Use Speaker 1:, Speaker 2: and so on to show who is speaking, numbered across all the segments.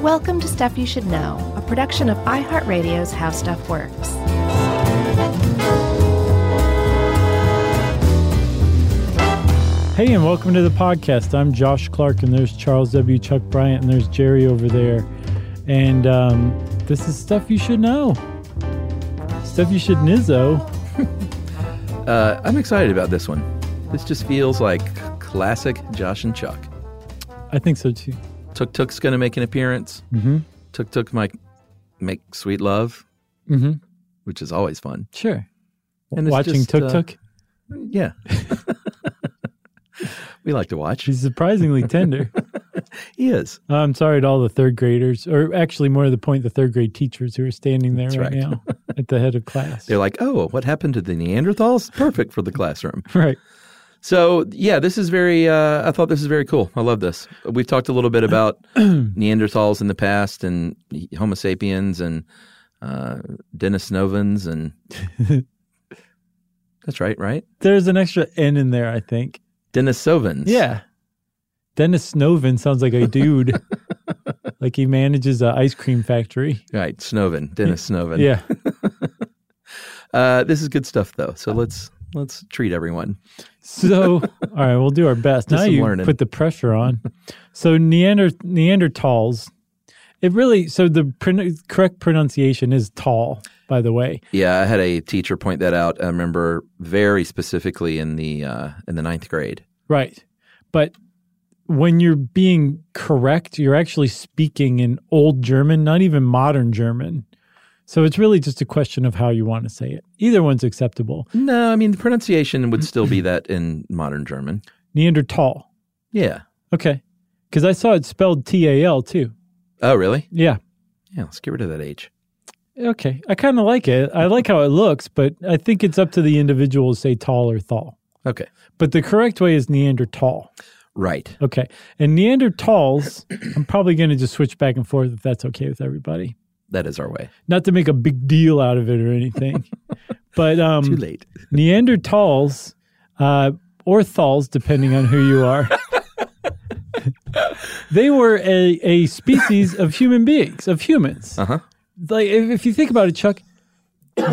Speaker 1: Welcome to Stuff You Should Know, a production of iHeartRadio's How Stuff Works.
Speaker 2: Hey, and welcome to the podcast. I'm Josh Clark, and there's Charles W. Chuck Bryant, and there's Jerry over there. And um, this is stuff you should know. Stuff you should nizzo.
Speaker 3: Uh, I'm excited about this one. This just feels like classic Josh and Chuck.
Speaker 2: I think so too.
Speaker 3: Tuk Tuk's going to make an appearance.
Speaker 2: Mm-hmm.
Speaker 3: Tuk Tuk might make sweet love,
Speaker 2: Mm-hmm.
Speaker 3: which is always fun.
Speaker 2: Sure.
Speaker 3: And it's
Speaker 2: Watching
Speaker 3: just,
Speaker 2: Tuk
Speaker 3: uh,
Speaker 2: Tuk.
Speaker 3: yeah. we like to watch.
Speaker 2: She's surprisingly tender. Uh,
Speaker 3: He is.
Speaker 2: I'm sorry to all the third graders, or actually, more to the point, the third grade teachers who are standing there right,
Speaker 3: right.
Speaker 2: now at the head of class.
Speaker 3: They're like, oh, what happened to the Neanderthals? Perfect for the classroom.
Speaker 2: right.
Speaker 3: So, yeah, this is very, uh, I thought this is very cool. I love this. We've talked a little bit about Neanderthals in the past and Homo sapiens and uh, Denisovans and. That's right, right?
Speaker 2: There's an extra N in there, I think.
Speaker 3: Denisovans.
Speaker 2: Yeah. Dennis Snoven sounds like a dude. like he manages an ice cream factory.
Speaker 3: Right, Snoven, Dennis Snoven.
Speaker 2: Yeah.
Speaker 3: Uh, this is good stuff though.
Speaker 2: Uh,
Speaker 3: So let's let's treat everyone.
Speaker 2: So, all right, we'll do our best.
Speaker 3: Do
Speaker 2: now
Speaker 3: some
Speaker 2: you
Speaker 3: learning.
Speaker 2: put the pressure on. So Neander Neanderthals. It really so the pron- correct pronunciation is tall, by the way.
Speaker 3: Yeah, I had a teacher point that out. I remember very specifically in the uh, in the ninth grade.
Speaker 2: Right. But when you're being correct, you're actually speaking in old German, not even modern German. So it's really just a question of how you want to say it. Either one's acceptable.
Speaker 3: No, I mean the pronunciation would still be that in modern German.
Speaker 2: Neanderthal.
Speaker 3: Yeah.
Speaker 2: Okay. Because I saw it spelled T A L too.
Speaker 3: Oh, really?
Speaker 2: Yeah.
Speaker 3: Yeah. Let's get rid of that H.
Speaker 2: Okay. I kind of like it. I like how it looks, but I think it's up to the individual to say tall or thal.
Speaker 3: Okay.
Speaker 2: But the correct way is Neanderthal.
Speaker 3: Right.
Speaker 2: Okay. And Neanderthals, I'm probably going to just switch back and forth if that's okay with everybody.
Speaker 3: That is our way.
Speaker 2: Not to make a big deal out of it or anything. but um,
Speaker 3: Too late.
Speaker 2: Neanderthals uh, or Thals, depending on who you are. they were a, a species of human beings, of humans.
Speaker 3: Uh-huh.
Speaker 2: Like if, if you think about it, Chuck,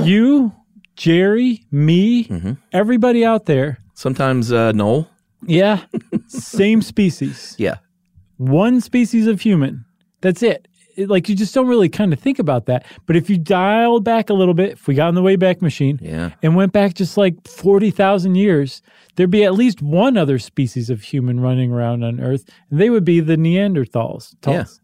Speaker 2: you, Jerry, me, everybody out there,
Speaker 3: Sometimes uh, Noel.
Speaker 2: yeah, same species,
Speaker 3: Yeah.
Speaker 2: one species of human. That's it. It- Like you just don't really kind of think about that. But if you dial back a little bit, if we got on the Wayback Machine,
Speaker 3: Yeah.
Speaker 2: and went back just like 40,000 years, there'd be at least one other species of human running around on Earth, and they would be the Neanderthals.
Speaker 3: Yeah.
Speaker 2: Tals.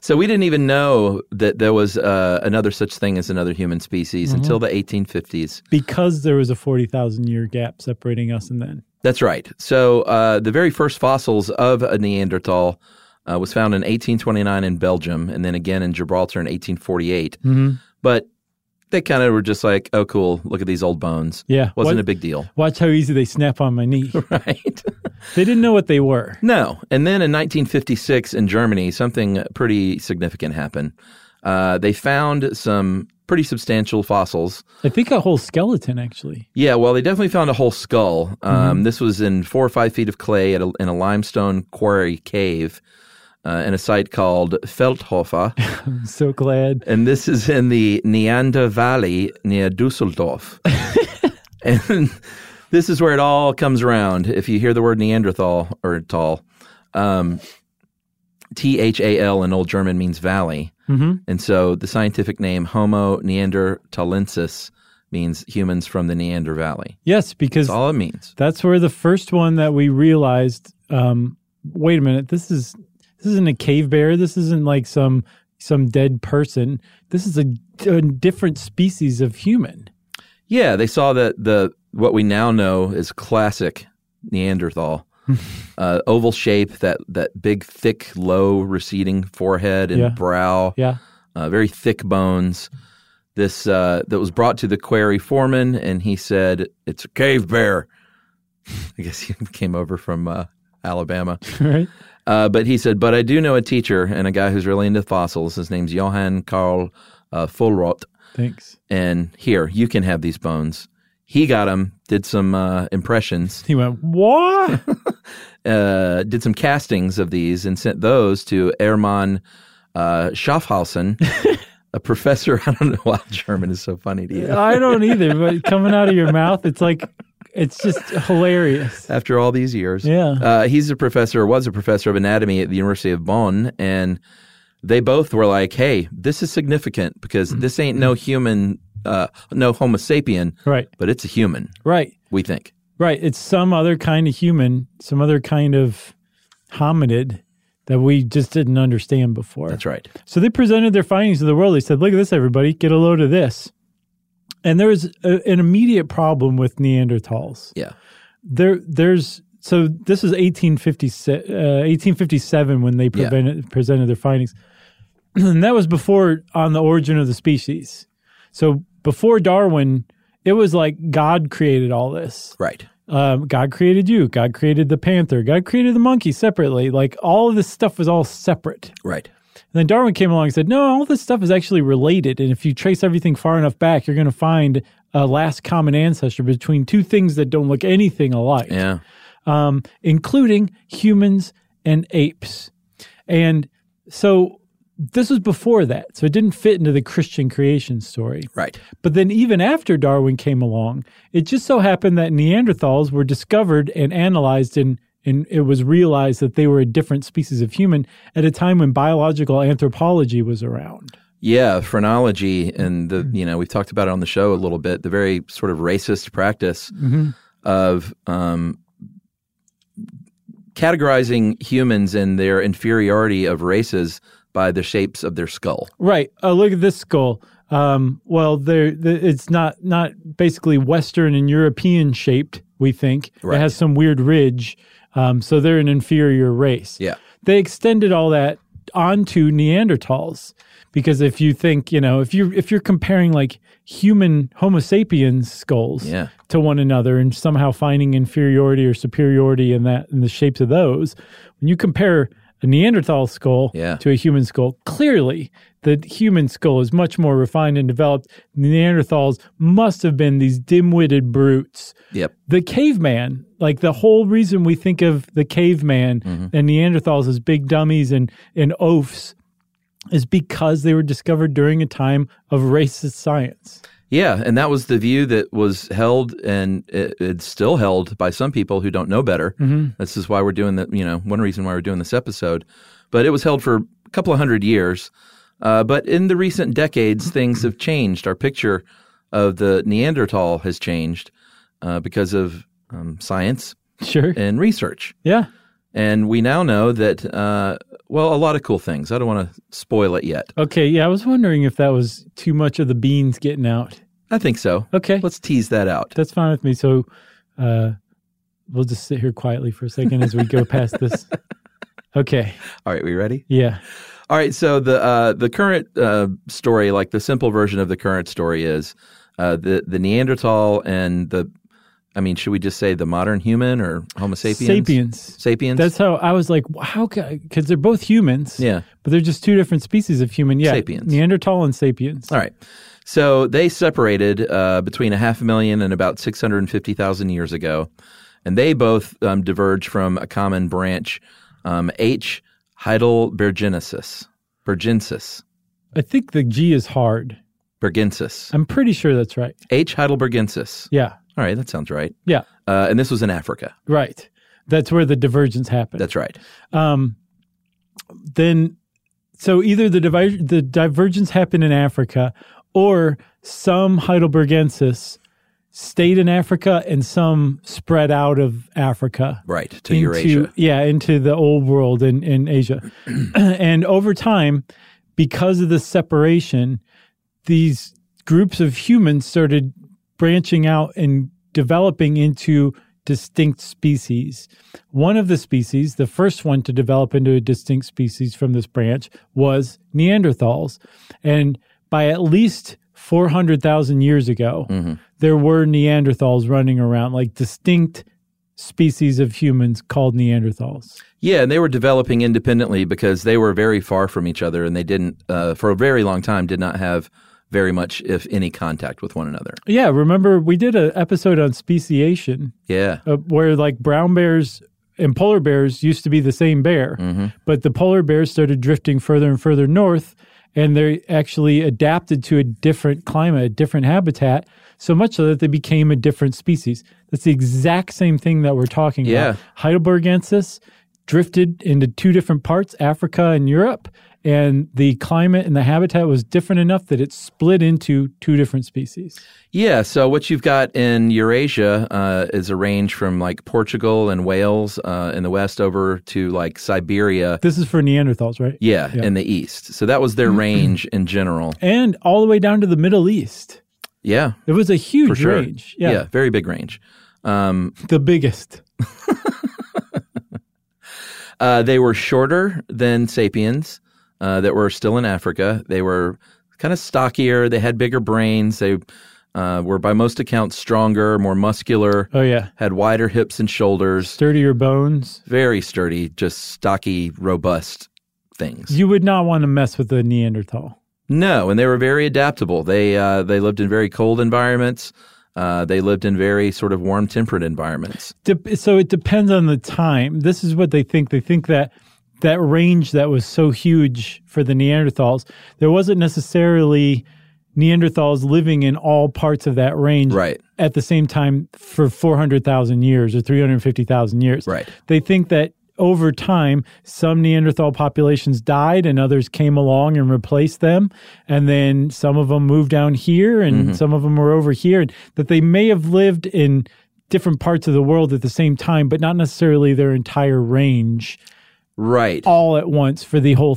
Speaker 3: So we didn't even know that there was uh, another such thing as another human species
Speaker 2: Mm-hmm.
Speaker 3: until the 1850s.
Speaker 2: Because there was a 40,000 year gap separating us and then.
Speaker 3: That's right. So uh, the very first fossils of a Neanderthal uh, was found in 1829 in Belgium, and then again in Gibraltar in 1848. But they kind of were just like, "Oh, cool! Look at these old bones."
Speaker 2: Yeah.
Speaker 3: wasn't
Speaker 2: What-
Speaker 3: a big deal,
Speaker 2: Watch how easy they snap on my knee.
Speaker 3: right?
Speaker 2: they didn't know what they were.
Speaker 3: no. And then in 1956 in Germany, something pretty significant happened. Uh, they found some pretty substantial fossils
Speaker 2: I think a whole skeleton, actually.
Speaker 3: Yeah, well, they definitely found a whole skull. Um, This was in four or five feet of clay at a, in a limestone quarry cave uh, in a site called Feldhofer.
Speaker 2: I'm so glad.
Speaker 3: and this is in the Neander Valley near Dusseldorf. and this is where it all comes around. If you hear the word Neanderthal or tall, um, T H A L in Old German means valley.
Speaker 2: Mm-hmm.
Speaker 3: And so the scientific name Homo neanderthalensis means humans from the Neander Valley.
Speaker 2: Yes, because
Speaker 3: That's all it means.
Speaker 2: That's where the first one that we realized. Um, wait a minute, this is this isn't a cave bear. This isn't like some some dead person. This is a, a different species of human.
Speaker 3: Yeah, they saw that the what we now know is classic Neanderthal. uh, oval shape, that that big, thick, low, receding forehead and
Speaker 2: Yeah.
Speaker 3: brow,
Speaker 2: Yeah,
Speaker 3: uh, very thick bones. This uh, that was brought to the quarry foreman, and he said, "It's a cave bear." I guess he came over from uh, Alabama.
Speaker 2: right.
Speaker 3: Uh, but he said, but I do know a teacher and a guy who's really into fossils. His name's Johann Karl uh, Fullroth.
Speaker 2: Thanks.
Speaker 3: And here, you can have these bones. He got them, did some uh, impressions,
Speaker 2: He went what?
Speaker 3: uh, did some castings of these, and sent those to Hermann uh, Schaffhausen, a professor. I don't know why German is so funny to you.
Speaker 2: I don't either. But coming out of your mouth, it's like it's just hilarious.
Speaker 3: after all these years.
Speaker 2: Yeah.
Speaker 3: Uh, he's a professor, was a professor of anatomy at the University of Bonn. And they both were like, hey, this is significant because this ain't no human, uh, no Homo sapien,
Speaker 2: Right,
Speaker 3: but it's a human,
Speaker 2: right,
Speaker 3: we think.
Speaker 2: right. It's some other kind of human, some other kind of hominid that we just didn't understand before.
Speaker 3: That's right.
Speaker 2: So they presented their findings to the world. They said, "Look at this, everybody! Get a load of this." And there was a, an immediate problem with Neanderthals.
Speaker 3: Yeah.
Speaker 2: There, there's so this is 1856, uh, 1857 when they
Speaker 3: Yeah.
Speaker 2: prevented, presented their findings, and that was before on the origin of the species. So before Darwin, it was like God created all this
Speaker 3: Right.
Speaker 2: um, God created you. God created the panther. God created the monkey separately. Like all of this stuff was all separate.
Speaker 3: Right.
Speaker 2: And then Darwin came along and said, no, all this stuff is actually related. And if you trace everything far enough back, you're going to find a last common ancestor between two things that don't look anything alike,
Speaker 3: Yeah.
Speaker 2: um, including humans and apes. And so this was before that. So it didn't fit into the Christian creation story.
Speaker 3: Right.
Speaker 2: But then, even after Darwin came along, it just so happened that Neanderthals were discovered and analyzed, and, and it was realized that they were a different species of human at a time when biological anthropology was around.
Speaker 3: Yeah. Phrenology and the, you know, we've talked about it on the show a little bit, the very sort of racist practice of um, categorizing humans and their inferiority of races by the shapes of their skull.
Speaker 2: Right. Uh, look at this skull. Um, well, there the, it's not not basically Western and European shaped. We think
Speaker 3: Right.
Speaker 2: it has some weird ridge, um, so they're an inferior race.
Speaker 3: Yeah.
Speaker 2: they extended all that onto Neanderthals because if you think, you know, if you if you're comparing like human Homo sapiens skulls
Speaker 3: Yeah.
Speaker 2: to one another and somehow finding inferiority or superiority in that in the shapes of those, when you compare a Neanderthal skull
Speaker 3: Yeah.
Speaker 2: to a human skull, clearly the human skull is much more refined and developed. Neanderthals must have been these dim-witted brutes
Speaker 3: Yep.
Speaker 2: the caveman, like the whole reason we think of the caveman
Speaker 3: Mm-hmm.
Speaker 2: and Neanderthals as big dummies and, and oafs is because they were discovered during a time of racist science.
Speaker 3: Yeah, and that was the view that was held, and it, it's still held by some people who don't know better. Mm-hmm. This is why we're doing the, you know, one reason why we're doing this episode. But it was held for a couple of hundred years. Uh, but in the recent decades, things have changed. Our picture of the Neanderthal has changed uh, because of um, science
Speaker 2: Sure.
Speaker 3: and research.
Speaker 2: Yeah.
Speaker 3: And we now know that, uh, well, a lot of cool things. I don't want to spoil it yet.
Speaker 2: Okay. Yeah. I was wondering if that was too much of the beans getting out.
Speaker 3: I think so.
Speaker 2: Okay.
Speaker 3: Let's tease that out.
Speaker 2: That's fine with me. So uh, we'll just sit here quietly for a second as we go past this. Okay.
Speaker 3: All right, we ready?
Speaker 2: Yeah.
Speaker 3: All right. So the uh, the current uh, story, like the simple version of the current story, is uh, the the Neanderthal and the, I mean, should we just say the modern human or Homo sapiens?
Speaker 2: Sapiens.
Speaker 3: Sapiens.
Speaker 2: That's how I was like, how because they're both humans.
Speaker 3: Yeah.
Speaker 2: But they're just two different species of human. Yeah.
Speaker 3: Sapiens.
Speaker 2: Neanderthal and sapiens.
Speaker 3: All right. So they separated uh, between a half a million and about 650,000 years ago. And they both um, diverge from a common branch, um, H. heidelbergensis. Bergensis.
Speaker 2: I think the G is hard.
Speaker 3: Bergensis.
Speaker 2: I'm pretty sure that's right.
Speaker 3: H. heidelbergensis.
Speaker 2: Yeah.
Speaker 3: All right. That sounds right.
Speaker 2: Yeah.
Speaker 3: Uh, and this was in Africa.
Speaker 2: Right. That's where the divergence happened.
Speaker 3: That's right.
Speaker 2: um, then so either the divi- the divergence happened in Africa, or some Heidelbergensis stayed in Africa and some spread out of Africa
Speaker 3: Right. To
Speaker 2: into,
Speaker 3: Eurasia.
Speaker 2: Yeah, into the old world in, in Asia. and over time, because of the separation, these groups of humans started branching out and developing into distinct species. One of the species, the first one to develop into a distinct species from this branch, was Neanderthals. And by at least 400,000 years ago,
Speaker 3: Mm-hmm.
Speaker 2: there were Neanderthals running around, like distinct species of humans called Neanderthals.
Speaker 3: Yeah, and they were developing independently because they were very far from each other, and they didn't, uh, for a very long time, did not have very much, if any, contact with one another.
Speaker 2: Yeah, remember we did an episode on speciation
Speaker 3: Yeah.
Speaker 2: uh, where like brown bears and polar bears used to be the same bear,
Speaker 3: Mm-hmm.
Speaker 2: but the polar bears started drifting further and further north, and they actually adapted to a different climate, a different habitat, so much so that they became a different species. That's the exact same thing that we're talking
Speaker 3: Yeah.
Speaker 2: about. Heidelbergensis drifted into two different parts, Africa and Europe. And the climate and the habitat was different enough that it split into two different species.
Speaker 3: Yeah, so what you've got in Eurasia uh, is a range from like Portugal and Wales uh, in the west over to like Siberia,
Speaker 2: This is for Neanderthals, right?
Speaker 3: yeah, in the east. So that was their
Speaker 2: Mm-hmm.
Speaker 3: range in general.
Speaker 2: and all the way down to the Middle East.
Speaker 3: Yeah,
Speaker 2: It was a
Speaker 3: for
Speaker 2: huge
Speaker 3: sure.
Speaker 2: range. Yeah,
Speaker 3: very big range. Um,
Speaker 2: the biggest.
Speaker 3: uh, they were shorter than sapiens uh, that were still in Africa. They were kind of stockier. They had bigger brains. They uh, were, by most accounts, stronger, more muscular,
Speaker 2: Oh yeah,
Speaker 3: had wider hips and shoulders.
Speaker 2: sturdier bones.
Speaker 3: very sturdy, just stocky, robust things.
Speaker 2: You would not want to mess with a Neanderthal.
Speaker 3: no, and they were very adaptable. They uh, they lived in very cold environments. Uh, they lived in very sort of warm temperate environments.
Speaker 2: Dep so it depends on the time. This is what they think. They think that that range that was so huge for the Neanderthals, there wasn't necessarily Neanderthals living in all parts of that range
Speaker 3: Right.
Speaker 2: at the same time for 400,000 years or 350,000 years.
Speaker 3: Right.
Speaker 2: They think that over time, some Neanderthal populations died and others came along and replaced them. And then some of them moved down here and some of them were over here. And that they may have lived in different parts of the world at the same time, but not necessarily their entire range
Speaker 3: Right.
Speaker 2: all at once for the whole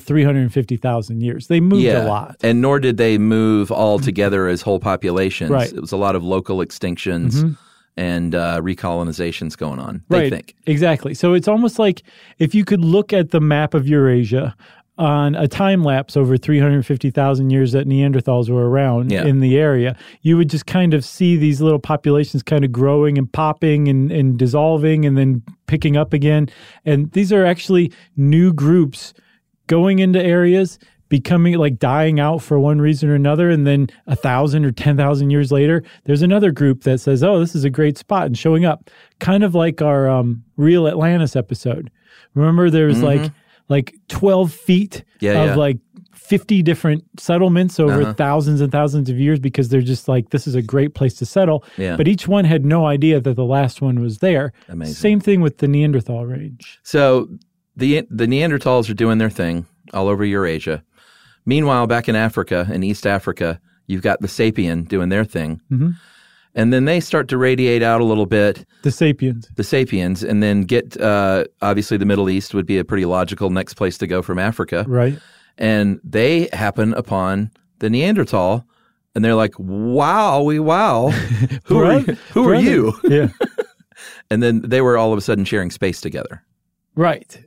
Speaker 2: 350,000 years. They moved a lot.
Speaker 3: And nor did they move all together as whole populations.
Speaker 2: Right. Mm-hmm.
Speaker 3: It was a lot of local extinctions and uh, recolonizations going on, they think.
Speaker 2: Exactly. So it's almost like if you could look at the map of Eurasia on a time lapse over 350,000 years that Neanderthals were around
Speaker 3: Yeah.
Speaker 2: in the area, you would just kind of see these little populations kind of growing and popping and, and dissolving and then picking up again. And these are actually new groups going into areas. Becoming like dying out for one reason or another, and then a thousand or ten thousand years later, there's another group that says, "Oh, this is a great spot," and showing up, kind of like our um, real Atlantis episode. Remember, there's like like twelve feet
Speaker 3: Mm-hmm. Yeah,
Speaker 2: of
Speaker 3: yeah.
Speaker 2: like fifty different settlements over
Speaker 3: Uh-huh.
Speaker 2: thousands and thousands of years because they're just like this is a great place to settle.
Speaker 3: Yeah.
Speaker 2: But each one had no idea that the last one was there.
Speaker 3: Amazing.
Speaker 2: Same thing with the Neanderthal range.
Speaker 3: So the the Neanderthals are doing their thing all over Eurasia. Meanwhile, back in Africa, in East Africa, you've got the sapien doing their thing. And then they start to radiate out a little bit,
Speaker 2: The sapiens.
Speaker 3: the sapiens, and then get uh, obviously the Middle East would be a pretty logical next place to go from Africa.
Speaker 2: Right.
Speaker 3: And they happen upon the Neanderthal, and they're like, "Wow, we wow, who are you?
Speaker 2: Brother-
Speaker 3: who are
Speaker 2: brother.
Speaker 3: you?"
Speaker 2: Yeah.
Speaker 3: And then they were all of a sudden sharing space together
Speaker 2: right.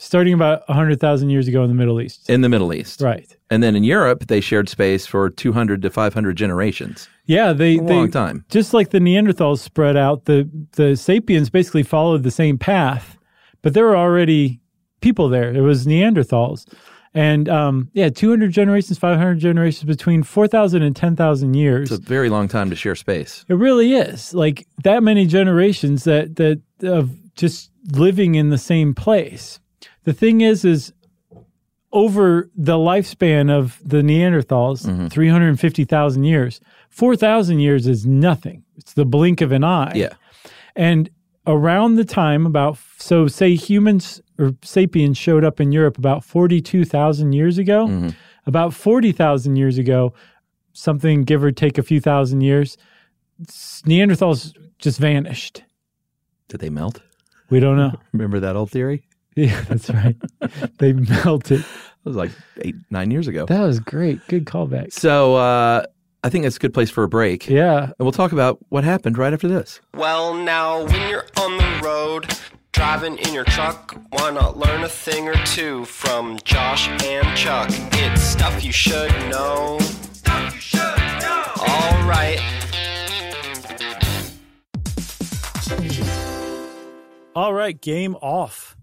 Speaker 2: Starting about hundred thousand years ago in the Middle East.
Speaker 3: in the Middle East.
Speaker 2: right.
Speaker 3: And then in Europe, they shared space for 200 to 500 generations.
Speaker 2: Yeah, they
Speaker 3: A long
Speaker 2: they,
Speaker 3: time.
Speaker 2: Just like the Neanderthals spread out, the the sapiens basically followed the same path, but there were already people there. It was Neanderthals, and um, yeah, two hundred generations, five hundred generations, between 4,000 and 10,000 years.
Speaker 3: It's a very long time to share space.
Speaker 2: It really is like that many generations that that of just living in the same place. The thing is, is over the lifespan of the Neanderthals, hundred fifty thousand years, four thousand years is nothing. It's the blink of an eye.
Speaker 3: Yeah.
Speaker 2: And around the time about so say humans or sapiens showed up in Europe about 42,000 years ago.
Speaker 3: Mhm.
Speaker 2: About 40,000 years ago, something give or take a few thousand years, s- Neanderthals just vanished.
Speaker 3: Did they melt?
Speaker 2: We don't know.
Speaker 3: Remember that old theory?
Speaker 2: Yeah, that's right. they melted.
Speaker 3: It was like eight, nine years ago.
Speaker 2: That was great. Good callback.
Speaker 3: So uh, I think that's a good place for a break.
Speaker 2: Yeah.
Speaker 3: And we'll talk about what happened right after this.
Speaker 4: Well, now, when you're on the road, driving in your truck, why not learn a thing or two from Josh and Chuck? It's stuff you should know. Stuff you should know. All right.
Speaker 2: All right, game off.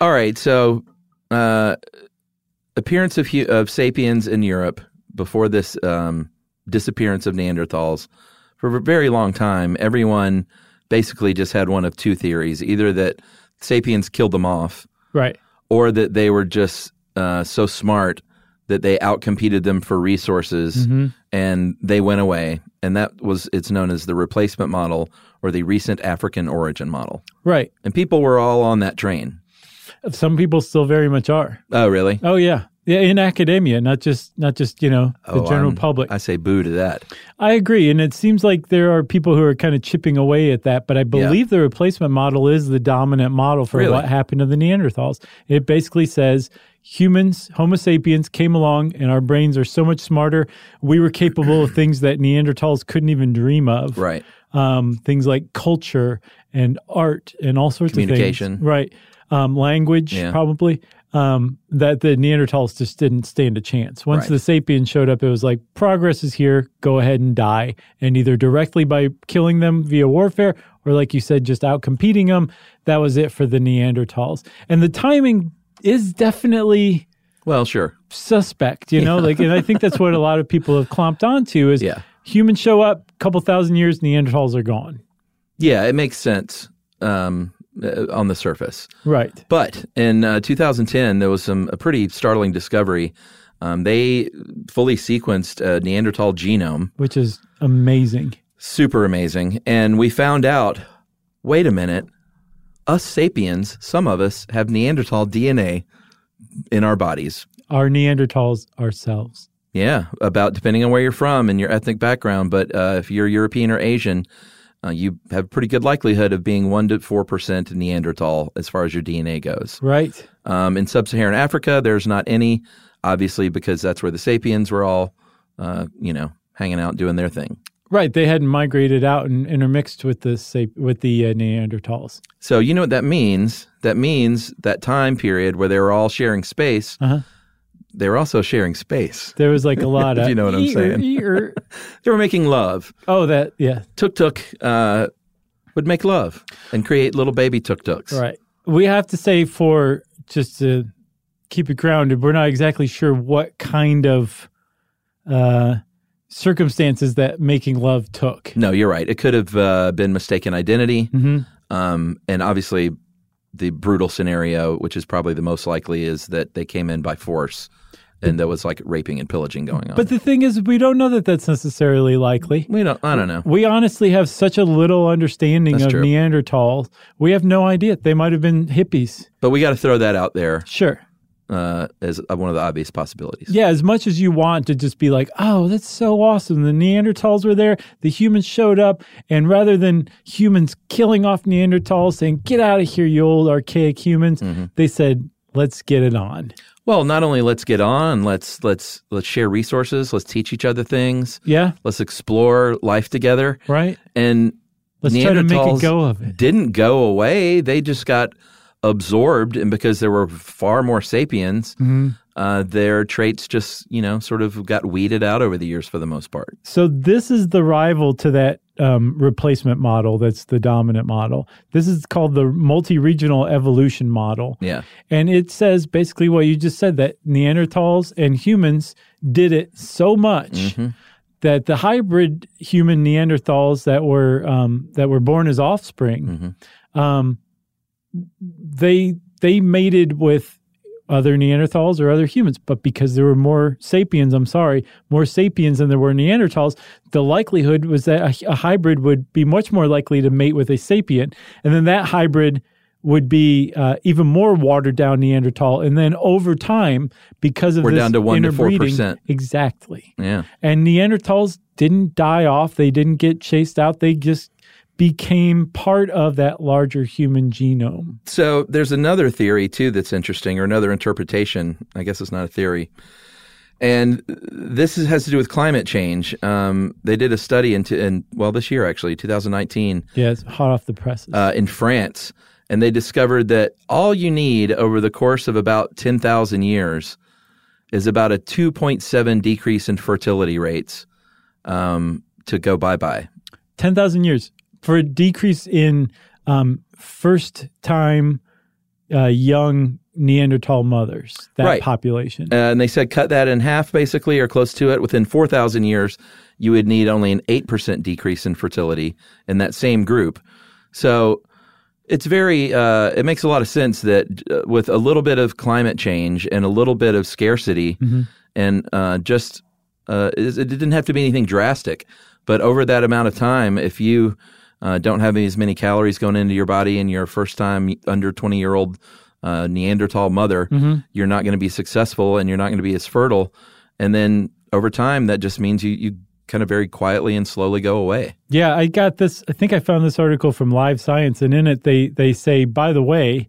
Speaker 3: All right, so uh, appearance of hu- of sapiens in Europe before this um, disappearance of Neanderthals for a very long time. Everyone basically just had one of two theories: either that sapiens killed them off,
Speaker 2: Right.
Speaker 3: or that they were just uh, so smart that they outcompeted them for resources
Speaker 2: Mm-hmm.
Speaker 3: and they went away. And that was it's known as the replacement model or the recent African origin model.
Speaker 2: Right.
Speaker 3: And people were all on that train.
Speaker 2: Some people still very much are.
Speaker 3: Oh, really?
Speaker 2: Oh yeah. Yeah, in academia, not just not just, you know, the
Speaker 3: Oh,
Speaker 2: general
Speaker 3: I'm-
Speaker 2: public.
Speaker 3: I say boo to that.
Speaker 2: I agree. And it seems like there are people who are kind of chipping away at that. But I believe the replacement model is the dominant model for
Speaker 3: Really?
Speaker 2: what happened to the Neanderthals. It basically says humans, Homo sapiens, came along and our brains are so much smarter. We were capable of things that Neanderthals couldn't even dream of.
Speaker 3: Right.
Speaker 2: Um, things like culture and art and all sorts of
Speaker 3: Communication.
Speaker 2: things. Right. Um, language,
Speaker 3: Yeah.
Speaker 2: probably. Um, that the Neanderthals just didn't stand a chance. Once
Speaker 3: Right.
Speaker 2: the sapiens showed up, it was like progress is here. Go ahead and die, and either directly by killing them via warfare, or like you said, just out competing them. That was it for the Neanderthals, and the timing is definitely
Speaker 3: Well, sure.
Speaker 2: suspect. You know, like, and I think that's what a lot of people have clomped onto is
Speaker 3: Yeah.
Speaker 2: humans show up, couple thousand years, Neanderthals are gone.
Speaker 3: Yeah, it makes sense um, uh, on the surface.
Speaker 2: Right.
Speaker 3: But in uh, 2010, there was some a pretty startling discovery. Um, they fully sequenced a Neanderthal genome,
Speaker 2: Which is amazing.
Speaker 3: super amazing, and we found out. Wait a minute, us sapiens, some of us have Neanderthal DNA in our bodies.
Speaker 2: Our Neanderthals ourselves.
Speaker 3: Yeah, about depending on where you're from and your ethnic background, but uh, if you're European or Asian, uh, you have pretty good likelihood of being one to four percent Neanderthal as far as your DNA goes.
Speaker 2: Right.
Speaker 3: Um, in sub-Saharan Africa, there's not any, obviously, because that's where the sapiens were all, uh, you know, hanging out doing their thing.
Speaker 2: Right, they hadn't migrated out and intermixed with the sap- with the uh, Neanderthals.
Speaker 3: So you know what that means? That means that time period where they were all sharing space.
Speaker 2: Uh-huh.
Speaker 3: They were also sharing space.
Speaker 2: There was like a lot of
Speaker 3: You know what I'm
Speaker 2: "Ee-er,
Speaker 3: saying."
Speaker 2: ee-er."
Speaker 3: They were making love.
Speaker 2: Oh, that yeah,
Speaker 3: Tuk Tuk uh, would make love and create little baby Tuk Tuks.
Speaker 2: right. We have to say for just to keep it grounded, we're not exactly sure what kind of uh, circumstances that making love took.
Speaker 3: No, you're right. It could have uh, been mistaken identity.
Speaker 2: Mm-hmm.
Speaker 3: Um, and obviously, the brutal scenario, which is probably the most likely, is that they came in by force and there was like raping and pillaging going on.
Speaker 2: But the thing is, we don't know that that's necessarily likely.
Speaker 3: we don't, I don't know.
Speaker 2: We honestly have such a little understanding
Speaker 3: That's
Speaker 2: of
Speaker 3: true.
Speaker 2: Neanderthals. We have no idea. They might have been hippies.
Speaker 3: But we got to throw that out there
Speaker 2: Sure.
Speaker 3: uh, as one of the obvious possibilities.
Speaker 2: Yeah, as much as you want to just be like, oh, that's so awesome. The Neanderthals were there, the humans showed up, and rather than humans killing off Neanderthals saying, get out of here, you old archaic humans,
Speaker 3: Mm-hmm.
Speaker 2: they said, let's get it on.
Speaker 3: Well, not only let's get on, let's let's let's share resources, let's teach each other things,
Speaker 2: Yeah,
Speaker 3: let's explore life together.
Speaker 2: right?
Speaker 3: And
Speaker 2: Let's try to make
Speaker 3: Neanderthals
Speaker 2: it go of it.
Speaker 3: didn't go away; they just got absorbed, and because there were far more sapiens, uh, their traits just you know sort of got weeded out over the years for the most part.
Speaker 2: So this is the rival to that um, replacement model that's the dominant model. This is called the multi-regional evolution model.
Speaker 3: Yeah,
Speaker 2: And it says basically what you just said that Neanderthals and humans did it so much that the hybrid human Neanderthals that were um, that were born as offspring,
Speaker 3: Mm-hmm.
Speaker 2: um, they they mated with other Neanderthals or other humans, but because there were more sapiens, I'm sorry, more sapiens than there were Neanderthals, the likelihood was that a, a hybrid would be much more likely to mate with a sapien, and then that hybrid would be uh, even more watered down Neanderthal, and then over time, because of
Speaker 3: We're
Speaker 2: this
Speaker 3: down to 1 to
Speaker 2: interbreeding-
Speaker 3: 4%.
Speaker 2: exactly.
Speaker 3: yeah.
Speaker 2: And Neanderthals didn't die off; they didn't get chased out. They just became part of that larger human genome.
Speaker 3: So there's another theory too that's interesting, or another interpretation. I guess it's not a theory. And this is, has to do with climate change. Um, they did a study in, t- in well this year actually, 2019,
Speaker 2: Yeah, it's hot off the presses.
Speaker 3: uh, in France, and they discovered that all you need over the course of about 10,000 years is about a 2.7 decrease in fertility rates um, to go bye bye.
Speaker 2: ten thousand years for a decrease in um, first time uh, young Neanderthal mothers. That
Speaker 3: Right.
Speaker 2: population.
Speaker 3: Uh, and they said cut that in half basically or close to it within 4000 years you would need only an 8% decrease in fertility in that same group so it's very uh, it makes a lot of sense that uh, with a little bit of climate change and a little bit of scarcity and uh, just uh, it, it didn't have to be anything drastic but over that amount of time if you uh, don't have as many calories going into your body and you're a first time under 20 year old uh, neanderthal mother you're not going to be successful and you're not going to be as fertile and then over time that just means you, you kind of very quietly and slowly go away
Speaker 2: Yeah, I got this. I think I found this article from Live Science, and in it they they say, by the way,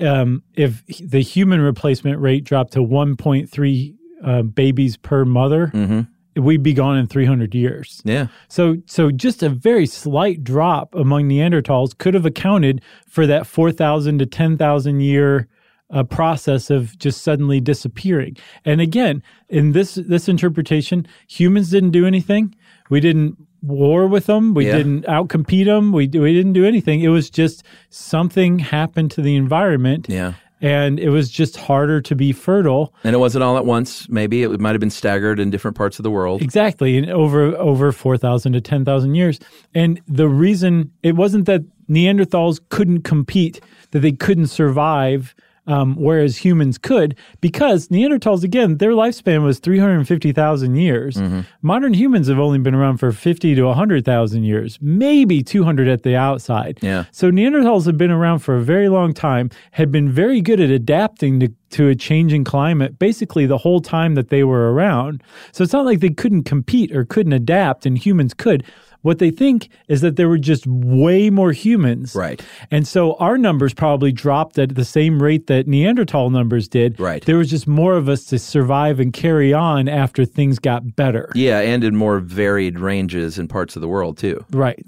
Speaker 2: um, if h- the human replacement rate dropped to 1.3 uh, babies per mother,
Speaker 3: Mm-hmm.
Speaker 2: we'd be gone in 300 years.
Speaker 3: yeah
Speaker 2: So, so just a very slight drop among Neanderthals could have accounted for that 4,000 to 10,000 year uh, process of just suddenly disappearing. And again, in this this interpretation, humans didn't do anything. We didn't war with them. We
Speaker 3: Yeah.
Speaker 2: didn't outcompete them. We we didn't do anything. It was just something happened to the environment.
Speaker 3: yeah
Speaker 2: And it was just harder to be fertile.
Speaker 3: And it wasn't all at once. Maybe it might have been staggered in different parts of the world.
Speaker 2: Exactly, and over over four thousand to ten thousand years. And the reason it wasn't that Neanderthals couldn't compete, that they couldn't survive, um, whereas humans could, because Neanderthals again, their lifespan was three hundred fifty thousand years. Modern humans have only been around for fifty to hundred thousand years, maybe two hundred at the outside.
Speaker 3: Yeah.
Speaker 2: So Neanderthals had been around for a very long time, had been very good at adapting to, to a changing climate basically the whole time that they were around. So it's not like they couldn't compete or couldn't adapt and humans could. What they think is that there were just way more humans.
Speaker 3: Right.
Speaker 2: And so our numbers probably dropped at the same rate that Neanderthal numbers did.
Speaker 3: Right.
Speaker 2: There was just more of us to survive and carry on after things got better.
Speaker 3: Yeah, and in more varied ranges in parts of the world too.
Speaker 2: Right.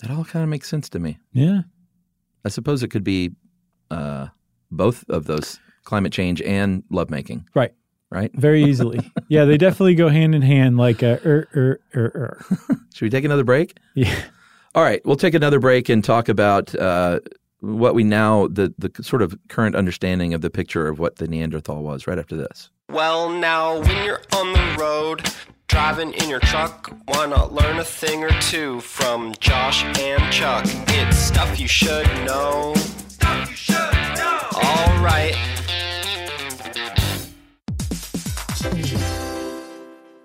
Speaker 3: That all kind of makes sense to me.
Speaker 2: Yeah.
Speaker 3: I suppose it could be uh, both of those climate change and lovemaking.
Speaker 2: Right.
Speaker 3: right?
Speaker 2: very easily. yeah, they definitely go hand in hand, like a er er er er.
Speaker 3: Should we take another break?
Speaker 2: Yeah.
Speaker 3: All right, we'll take another break and talk about uh, what we now the the sort of current understanding of the picture of what the Neanderthal was. Right after this.
Speaker 4: Well, now, when you're on the road, driving in your truck, why not learn a thing or two from Josh and Chuck? It's stuff you should know. Stuff you should know. All right.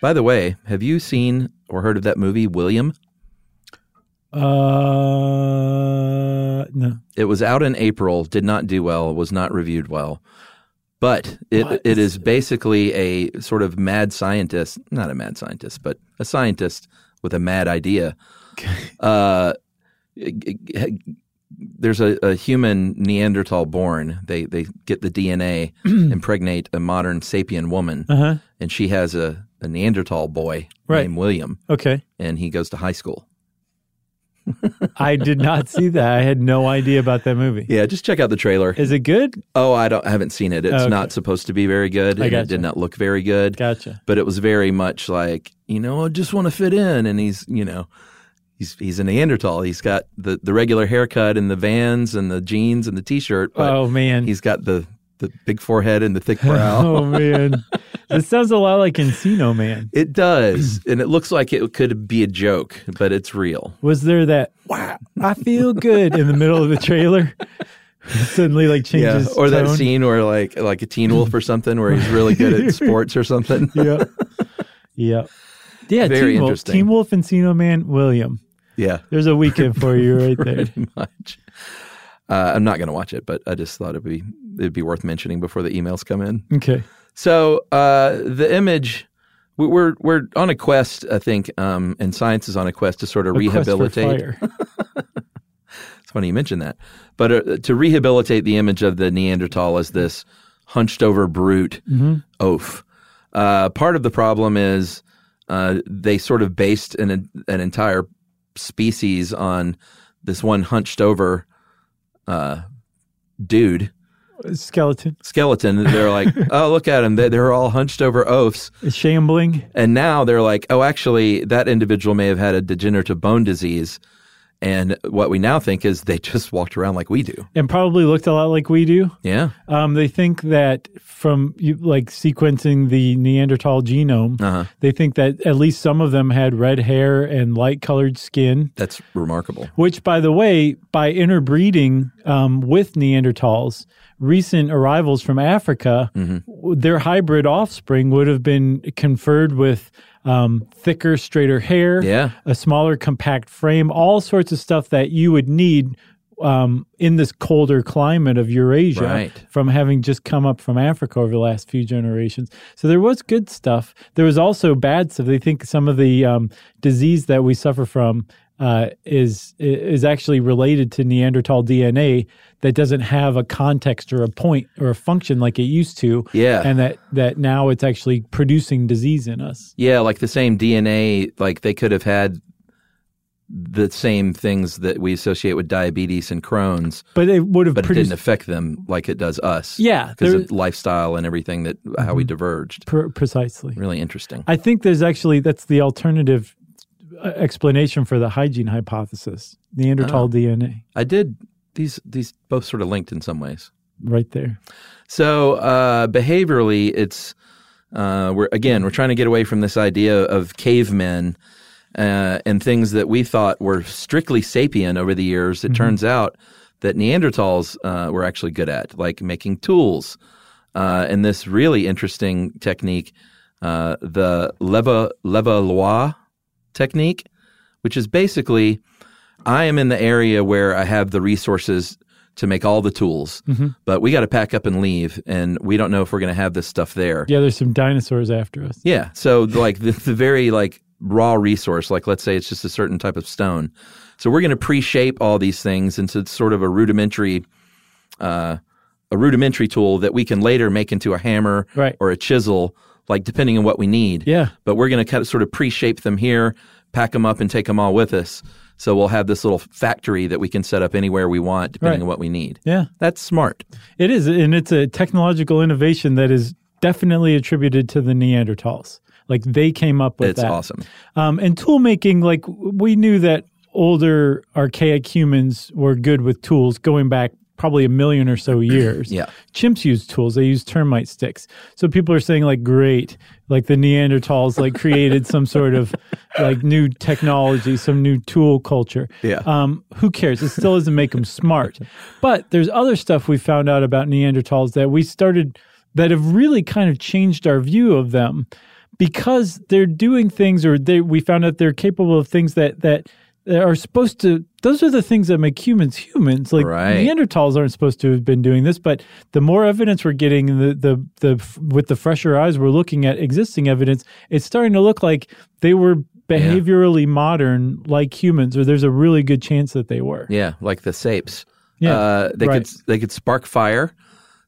Speaker 3: By the way, have you seen or heard of that movie, William?
Speaker 2: Uh, no.
Speaker 3: It was out in April, did not do well, was not reviewed well. But it,
Speaker 2: What?
Speaker 3: it is basically a sort of mad scientist, not a mad scientist, but a scientist with a mad idea. Uh, g- g- there's a, a human Neanderthal born. They, they get the DNA, impregnate a modern sapien woman,
Speaker 2: Uh huh.
Speaker 3: and she has a, a Neanderthal boy
Speaker 2: Right.
Speaker 3: named William,
Speaker 2: Okay.
Speaker 3: and he goes to high school.
Speaker 2: I did not see that. I had no idea about that movie.
Speaker 3: Yeah, just check out the trailer.
Speaker 2: Is it good?
Speaker 3: Oh, I don't. I haven't seen it. It's
Speaker 2: Oh, okay.
Speaker 3: not supposed to be very good. and
Speaker 2: I
Speaker 3: It
Speaker 2: gotcha.
Speaker 3: did not look very good.
Speaker 2: Gotcha.
Speaker 3: But it was very much like you know, I just want to fit in, and he's you know, he's he's a Neanderthal. He's got the the regular haircut and the Vans and the jeans and the t-shirt, but
Speaker 2: oh man.
Speaker 3: he's got the the big forehead and the thick brow.
Speaker 2: oh man. This sounds a lot like Encino Man.
Speaker 3: It does, and it looks like it could be a joke, but it's real.
Speaker 2: Was there that? Wow, I feel good in the middle of the trailer. Suddenly, like changes
Speaker 3: or that
Speaker 2: tone.
Speaker 3: scene where like like a Teen Wolf or something, where he's really good at sports or something.
Speaker 2: Yeah. yeah. Yeah.
Speaker 3: Very
Speaker 2: Teen Wolf,
Speaker 3: interesting.
Speaker 2: Teen Wolf, Encino Man, William.
Speaker 3: yeah.
Speaker 2: There's a weekend for you right there.
Speaker 3: pretty much. Uh, I'm not going to watch it, but I just thought it'd be it'd be worth mentioning before the emails come in.
Speaker 2: Okay.
Speaker 3: So uh, the image, we- we're we're on a quest, I think, um, and science is on a quest to sort of
Speaker 2: A quest for
Speaker 3: rehabilitate.
Speaker 2: fire.
Speaker 3: It's funny you mentioned that, but uh, to rehabilitate the image of the Neanderthal as this hunched over brute
Speaker 2: Mm-hmm.
Speaker 3: oaf. Uh, part of the problem is uh, they sort of based an an entire species on this one hunched over uh, dude
Speaker 2: Skeleton
Speaker 3: skeleton. They're like, oh, look at him. They- They're all hunched over oafs.
Speaker 2: shambling.
Speaker 3: And now they're like, oh, actually, that individual may have had a degenerative bone disease. And what we now think is they just walked around like we do.
Speaker 2: and probably looked a lot like we do.
Speaker 3: Yeah.
Speaker 2: Um, they think that from you- like sequencing the Neanderthal genome,
Speaker 3: Uh huh.
Speaker 2: they think that at least some of them had red hair and light colored skin.
Speaker 3: That's remarkable.
Speaker 2: Which, by the way, by interbreeding um, with Neanderthals, recent arrivals from Africa, w-
Speaker 3: Mm-hmm.
Speaker 2: their hybrid offspring would have been conferred with um, thicker, straighter hair,
Speaker 3: Yeah.
Speaker 2: a smaller, compact frame, all sorts of stuff that you would need um, in this colder climate of Eurasia
Speaker 3: Right.
Speaker 2: from having just come up from Africa over the last few generations. So there was good stuff. There was also bad stuff. They think some of the um, disease that we suffer from uh, is is actually related to Neanderthal DNA that doesn't have a context or a point or a function like it used to.
Speaker 3: Yeah.
Speaker 2: and that that now it's actually producing disease in us.
Speaker 3: Yeah, like the same DNA, like they could have had the same things that we associate with diabetes and Crohn's,
Speaker 2: But it would have
Speaker 3: but it
Speaker 2: produced
Speaker 3: didn't affect them like it does us.
Speaker 2: Yeah,
Speaker 3: Because
Speaker 2: there-
Speaker 3: of lifestyle and everything that how we diverged.
Speaker 2: pre- precisely.
Speaker 3: Really interesting.
Speaker 2: I think there's actually that's the alternative uh, explanation for the hygiene hypothesis, Neanderthal
Speaker 3: Oh.
Speaker 2: DNA,
Speaker 3: I did these these both sort of linked in some ways.
Speaker 2: right there.
Speaker 3: So uh, behaviorally, it's uh, we're again we're trying to get away from this idea of cavemen uh, and things that we thought were strictly sapient over the years. It turns out that Neanderthals uh, were actually good at, like making tools, uh, and this really interesting technique, uh, the leva Levallois technique, which is basically I am in the area where I have the resources to make all the tools, but we got to pack up and leave, and we don't know if we're going to have this stuff there.
Speaker 2: Yeah, there's some dinosaurs after us.
Speaker 3: Yeah. So like the, the very like raw resource, like let's say it's just a certain type of stone. So we're going to pre-shape all these things into sort of a rudimentary, uh, a rudimentary tool that we can later make into a hammer
Speaker 2: Right.
Speaker 3: or a chisel, like depending on what we need.
Speaker 2: Yeah.
Speaker 3: But we're going to kind of sort of pre-shape them here, pack them up, and take them all with us. So we'll have this little factory that we can set up anywhere we want, depending
Speaker 2: Right.
Speaker 3: on what we need.
Speaker 2: Yeah,
Speaker 3: That's smart.
Speaker 2: it is, and it's a technological innovation that is definitely attributed to the Neanderthals. Like they came up with
Speaker 3: it's
Speaker 2: that.
Speaker 3: awesome.
Speaker 2: Um, and tool making, like we knew that older archaic humans were good with tools going back probably a million or so years.
Speaker 3: Yeah.
Speaker 2: Chimps use tools. They use termite sticks. So people are saying like, great, like the Neanderthals like created some sort of like new technology, some new tool culture.
Speaker 3: Yeah.
Speaker 2: Um, who cares? It still doesn't make them smart. But there's other stuff we found out about Neanderthals that we started that have really kind of changed our view of them because they're doing things or they we found out they're capable of things that that that are supposed to those are the things that make humans humans like
Speaker 3: Right.
Speaker 2: neanderthals aren't supposed to have been doing this but the more evidence we're getting the the the with the fresher eyes we're looking at existing evidence it's starting to look like they were behaviorally modern like humans or there's a really good chance that they were
Speaker 3: Yeah, like the sapes.
Speaker 2: Yeah,
Speaker 3: uh, they
Speaker 2: right.
Speaker 3: could they could spark fire.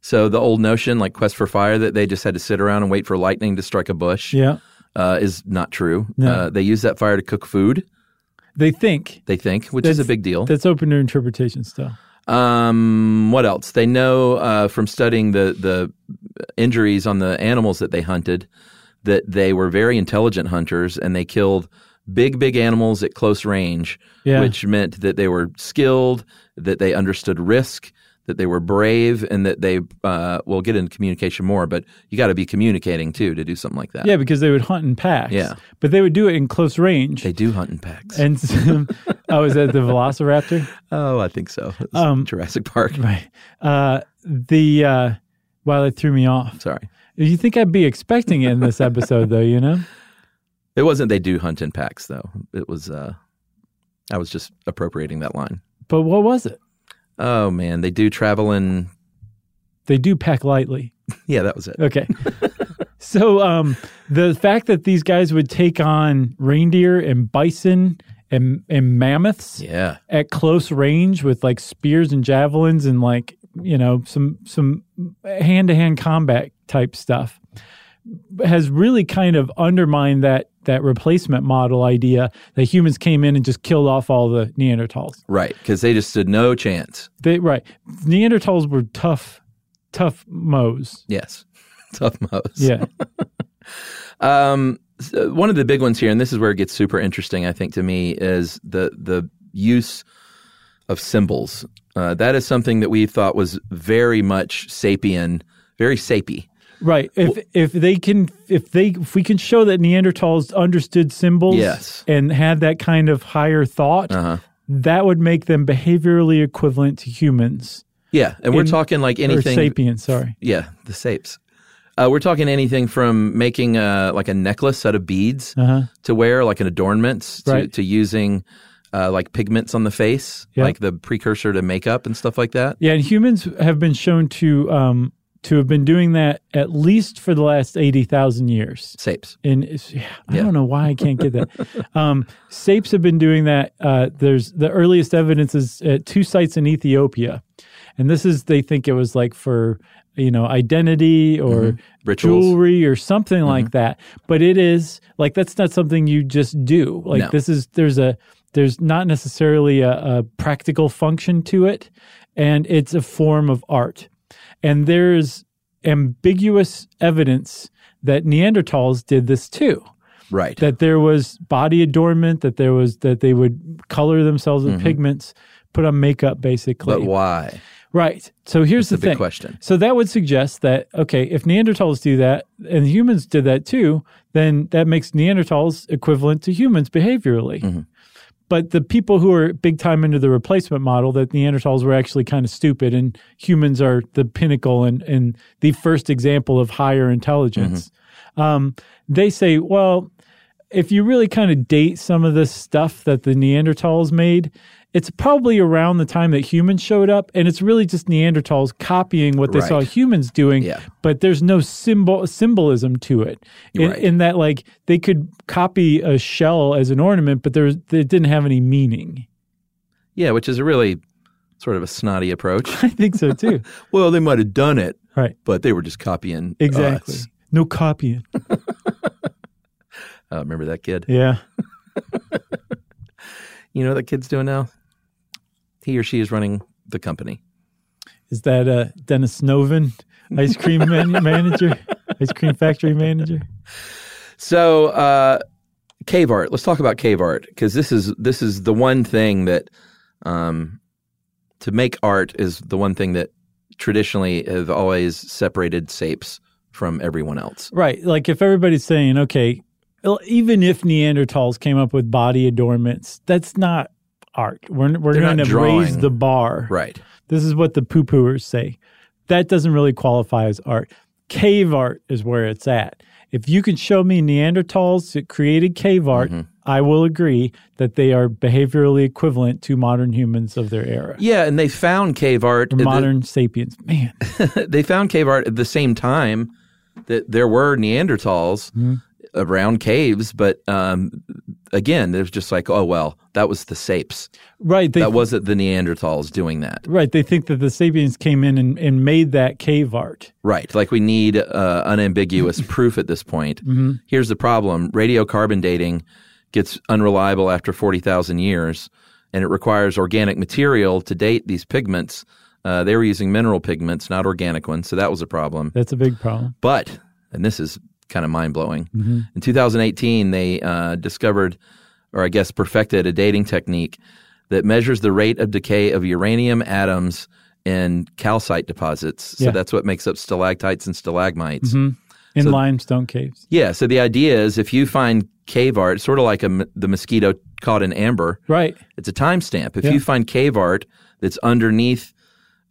Speaker 3: So the old notion, like Quest for Fire, that they just had to sit around and wait for lightning to strike a bush,
Speaker 2: yeah.
Speaker 3: uh, is not true.
Speaker 2: No.
Speaker 3: Uh, they use that fire to cook food.
Speaker 2: they think
Speaker 3: They think, which is a
Speaker 2: That's-
Speaker 3: big deal.
Speaker 2: that's open to interpretation still
Speaker 3: Um, what else? They know uh, from studying the the injuries on the animals that they hunted that they were very intelligent hunters and they killed big big animals at close range,
Speaker 2: Yeah.
Speaker 3: which meant that they were skilled, that they understood risk, that they were brave, and that they uh, we'll get into communication more. But you got to be communicating too to do something like that.
Speaker 2: yeah because they would hunt in packs
Speaker 3: Uh, Yeah.
Speaker 2: but they would do it in close range
Speaker 3: They do hunt in packs.
Speaker 2: And so, oh, is that the Velociraptor?
Speaker 3: oh, I think so. It's
Speaker 2: Um,
Speaker 3: Jurassic Park.
Speaker 2: Right. Uh, the uh, wow, that threw me off.
Speaker 3: Sorry,
Speaker 2: You think I'd be expecting it in this episode, though? You know,
Speaker 3: It wasn't they do hunt in packs though. It was uh I was just appropriating that line.
Speaker 2: but what was it?
Speaker 3: Oh man, they do travel in
Speaker 2: They do pack lightly.
Speaker 3: yeah, that was it.
Speaker 2: Okay. so um, the fact that these guys would take on reindeer and bison and and mammoths
Speaker 3: Yeah.
Speaker 2: at close range with like spears and javelins and like you know some some hand to hand combat type stuff has really kind of undermined that that replacement model idea that humans came in and just killed off all the Neanderthals.
Speaker 3: Right, cuz they just stood no chance.
Speaker 2: They right, Neanderthals were tough, tough mo's.
Speaker 3: Yes. Tough mouse.
Speaker 2: Yeah,
Speaker 3: Um, so one of the big ones here, and this is where it gets super interesting, I think, to me, is the the use of symbols. Uh, that is something that we thought was very much sapien, very sapy.
Speaker 2: Right. If if they can if they if we can show that Neanderthals understood symbols
Speaker 3: Yes. Uh-huh.
Speaker 2: and had that kind of higher thought, that would make them behaviorally equivalent to humans
Speaker 3: Yeah, and we're
Speaker 2: In-
Speaker 3: talking like anything.
Speaker 2: or sapiens, sorry.
Speaker 3: Yeah, the sapes. Uh, we're talking anything from making a, like a necklace out of beads to wear, like an adornments, to,
Speaker 2: Uh-huh. Right.
Speaker 3: to using uh, like pigments on the face,
Speaker 2: Yeah.
Speaker 3: like the precursor to makeup and stuff like that.
Speaker 2: Yeah, and humans have been shown to um to have been doing that at least for the last 80,000 years.
Speaker 3: Sapes.
Speaker 2: And it's, yeah, I
Speaker 3: Yeah.
Speaker 2: don't know why I can't get that. um, sapes have been doing that. Uh, there's the earliest evidence is at two sites in Ethiopia, and this is they think it was like for you know identity or
Speaker 3: Rituals. Mm-hmm.
Speaker 2: jewelry or something like that. But it is like that's not something you just do. Like
Speaker 3: No.
Speaker 2: this is there's a there's not necessarily a, a practical function to it, and it's a form of art. And there's ambiguous evidence that Neanderthals did this too
Speaker 3: Right.
Speaker 2: that there was body adornment, that there was that they would color themselves with pigments, put on makeup basically.
Speaker 3: Mm-hmm. but why?
Speaker 2: Right. So
Speaker 3: That's
Speaker 2: here's the
Speaker 3: the
Speaker 2: thing.
Speaker 3: big question.
Speaker 2: So that would suggest that okay, if Neanderthals do that and humans did that too, then that makes Neanderthals equivalent to humans behaviorally.
Speaker 3: Mm-hmm.
Speaker 2: But the people who are big time into the replacement model that Neanderthals were actually kind of stupid and humans are the pinnacle and, and the first example of higher intelligence.
Speaker 3: Mm-hmm.
Speaker 2: Um, they say, well, if you really kind of date some of this stuff that the Neanderthals made, it's probably around the time that humans showed up, and it's really just Neanderthals copying what they saw
Speaker 3: Right.
Speaker 2: humans doing.
Speaker 3: Yeah.
Speaker 2: But there's no symbol symbolism to it. In,
Speaker 3: Right.
Speaker 2: in that, like they could copy a shell as an ornament, but there's it didn't have any meaning.
Speaker 3: Yeah, which is a really sort of a snotty approach.
Speaker 2: I think so too.
Speaker 3: well, they might have done it,
Speaker 2: right.
Speaker 3: but they were just copying.
Speaker 2: Exactly.
Speaker 3: us.
Speaker 2: No copying.
Speaker 3: Uh, remember that kid?
Speaker 2: Yeah.
Speaker 3: You know what that kid's doing now? He or she is running the company.
Speaker 2: Is that uh, Dennis Snoven, ice cream man- manager, ice cream factory manager?
Speaker 3: So, uh, cave art. Let's talk about cave art because this is this is the one thing that um, to make art is the one thing that traditionally have always separated sapes from everyone else.
Speaker 2: Right. Like if everybody's saying, okay, well, even if Neanderthals came up with body adornments, that's not art. We're, we're
Speaker 3: They're
Speaker 2: going
Speaker 3: not
Speaker 2: to raise
Speaker 3: drawing.
Speaker 2: the bar.
Speaker 3: Right.
Speaker 2: This is what the poo pooers say. That doesn't really qualify as art. Cave art is where it's at. If you can show me Neanderthals that created cave art,
Speaker 3: Mm-hmm.
Speaker 2: I will agree that they are behaviorally equivalent to modern humans of their era.
Speaker 3: Yeah, and they found cave art.
Speaker 2: Or modern sapiens. Man.
Speaker 3: they found cave art at the same time that there were Neanderthals
Speaker 2: Mm-hmm.
Speaker 3: around caves, but um, again, there's just like, oh well, that was the sapes.
Speaker 2: Right. They
Speaker 3: that wasn't the Neanderthals doing that.
Speaker 2: Right. They think that the Sapiens came in and, and made that cave art.
Speaker 3: Right. Like we need uh, unambiguous proof at this point. Here's the problem radiocarbon dating gets unreliable after 40,000 years, and it requires organic material to date these pigments. Uh, they were using mineral pigments, not organic ones, so that was a problem.
Speaker 2: That's a big problem.
Speaker 3: But, and this is kind of mind blowing,
Speaker 2: Mm-hmm.
Speaker 3: in 2018, they uh, discovered, or I guess perfected, a dating technique that measures the rate of decay of uranium atoms in calcite deposits. So
Speaker 2: Yeah. Mm-hmm.
Speaker 3: that's what makes up stalactites and stalagmites.
Speaker 2: In
Speaker 3: So-
Speaker 2: limestone caves.
Speaker 3: Yeah. So the idea is if you find cave art, sort of like a m the mosquito caught in amber,
Speaker 2: Right.
Speaker 3: it's a timestamp. If
Speaker 2: Yeah.
Speaker 3: you find cave art that's underneath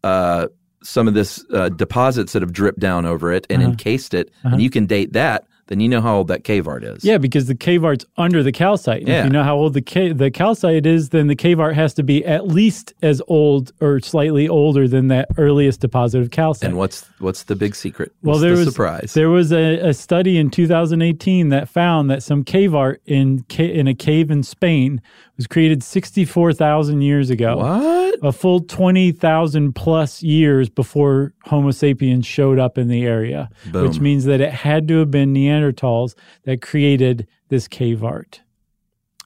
Speaker 3: uh, some of this uh, deposits that have dripped down over it
Speaker 2: Uh-huh.
Speaker 3: and encased it, and you can date that, then you know how old that cave art is.
Speaker 2: Yeah, because the cave art's under the calcite. And
Speaker 3: Yeah.
Speaker 2: If you know how old the ca- the calcite is, then the cave art has to be at least as old or slightly older than that earliest deposit of calcite.
Speaker 3: And what's what's the big secret?
Speaker 2: well,
Speaker 3: What's
Speaker 2: there
Speaker 3: the
Speaker 2: was
Speaker 3: surprise.
Speaker 2: there was a, a study in 2018 that found that some cave art in ca- in a cave in Spain was created 64,000 years ago.
Speaker 3: what?
Speaker 2: a full 20,000 plus years before Homo sapiens showed up in the area, which
Speaker 3: Boom.
Speaker 2: means that it had to have been Neanderthals that created this cave art.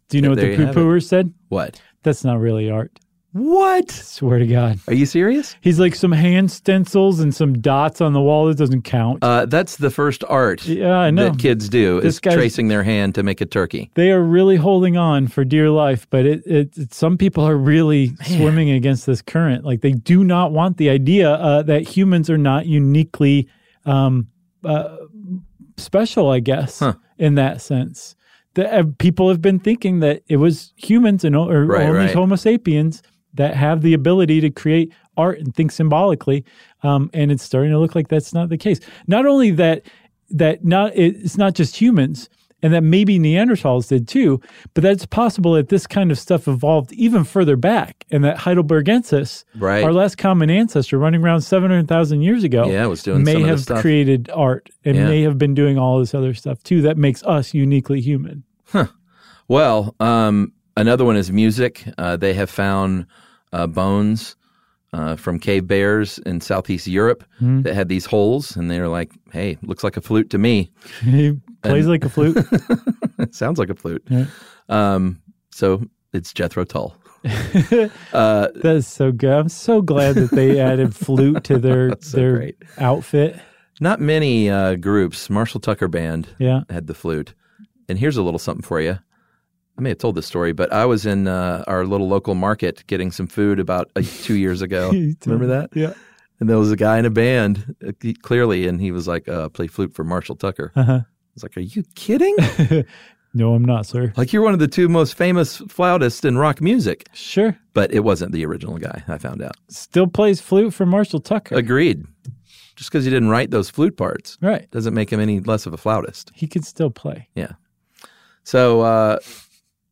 Speaker 2: Do you know
Speaker 3: Yeah,
Speaker 2: what
Speaker 3: there
Speaker 2: the
Speaker 3: you
Speaker 2: poo
Speaker 3: have it.
Speaker 2: pooers said?
Speaker 3: What?
Speaker 2: That's not really art.
Speaker 3: What?
Speaker 2: Swear to God.
Speaker 3: Are you serious?
Speaker 2: He's like some hand stencils and some dots on the wall that doesn't count.
Speaker 3: Uh, that's the first art
Speaker 2: yeah, I know.
Speaker 3: that kids do
Speaker 2: This
Speaker 3: is
Speaker 2: guy's-
Speaker 3: tracing their hand to make a turkey.
Speaker 2: they are really holding on for dear life, but it, it, it some people are really swimming against this current. Like they do not want the idea uh, that humans are not uniquely um, uh, special, I guess,
Speaker 3: Huh.
Speaker 2: in that sense. The, uh, people have been thinking that it was humans and o- or
Speaker 3: Right,
Speaker 2: only
Speaker 3: right.
Speaker 2: Homo sapiens that have the ability to create art and think symbolically, um, and it's starting to look like that's not the case. Not only that, that not it, it's not just humans, and that maybe Neanderthals did too, but that's possible that this kind of stuff evolved even further back, and that Heidelbergensis,
Speaker 3: Right.
Speaker 2: our last common ancestor, running around seven hundred thousand years ago,
Speaker 3: Yeah, was doing
Speaker 2: may
Speaker 3: some of
Speaker 2: have
Speaker 3: this stuff.
Speaker 2: created art and
Speaker 3: Yeah.
Speaker 2: may have been doing all this other stuff too that makes us uniquely human.
Speaker 3: Well, um, another one is music. Uh, they have found uh, bones uh, from cave bears in Southeast Europe
Speaker 2: Hmm.
Speaker 3: that had these holes, and they were like, "Hey, looks like a flute to me.
Speaker 2: he plays like a flute.
Speaker 3: It sounds like a flute."
Speaker 2: Yeah.
Speaker 3: Um, so it's Jethro Tull. uh,
Speaker 2: That is so good. I'm so glad that they added flute to their
Speaker 3: so
Speaker 2: their
Speaker 3: great.
Speaker 2: outfit.
Speaker 3: not many uh, groups. Marshall Tucker Band
Speaker 2: Yeah.
Speaker 3: had the flute. And here's a little something for you. I may have told this story, but I was in uh, our little local market getting some food about uh, two years ago.
Speaker 2: You told
Speaker 3: Remember
Speaker 2: me.
Speaker 3: that?
Speaker 2: Yeah.
Speaker 3: And there was a guy in a band, uh, c- clearly, and he was like, uh, play flute for Marshall Tucker. I
Speaker 2: Uh-huh.
Speaker 3: was like, are you kidding?
Speaker 2: No, I'm not, sir.
Speaker 3: like, you're one of the two most famous flautists in rock music.
Speaker 2: Sure.
Speaker 3: But it wasn't the original guy, I found out.
Speaker 2: Still plays flute for Marshall Tucker.
Speaker 3: Agreed. Just because he didn't write those flute parts
Speaker 2: right.
Speaker 3: doesn't make him any less of a flautist.
Speaker 2: He can still play.
Speaker 3: So uh,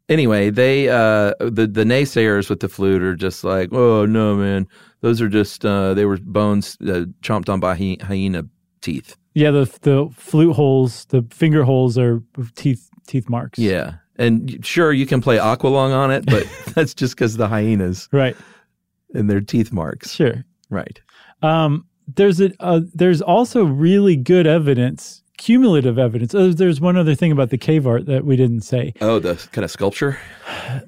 Speaker 3: anyway, they uh, the the naysayers with the flute are just like, oh no, man, those are just uh, they were bones uh, chomped on by hy- hyena teeth.
Speaker 2: Yeah, the the flute holes, the finger holes are teeth teeth marks.
Speaker 3: Yeah, and y- sure you can play aqualung on it, but that's just because the hyenas
Speaker 2: Right.
Speaker 3: and their teeth marks.
Speaker 2: Sure.
Speaker 3: Right.
Speaker 2: Um, there's a uh, there's also really good evidence, cumulative evidence. Oh, there's one other thing about the cave art that we didn't say.
Speaker 3: Oh, the kind of sculpture.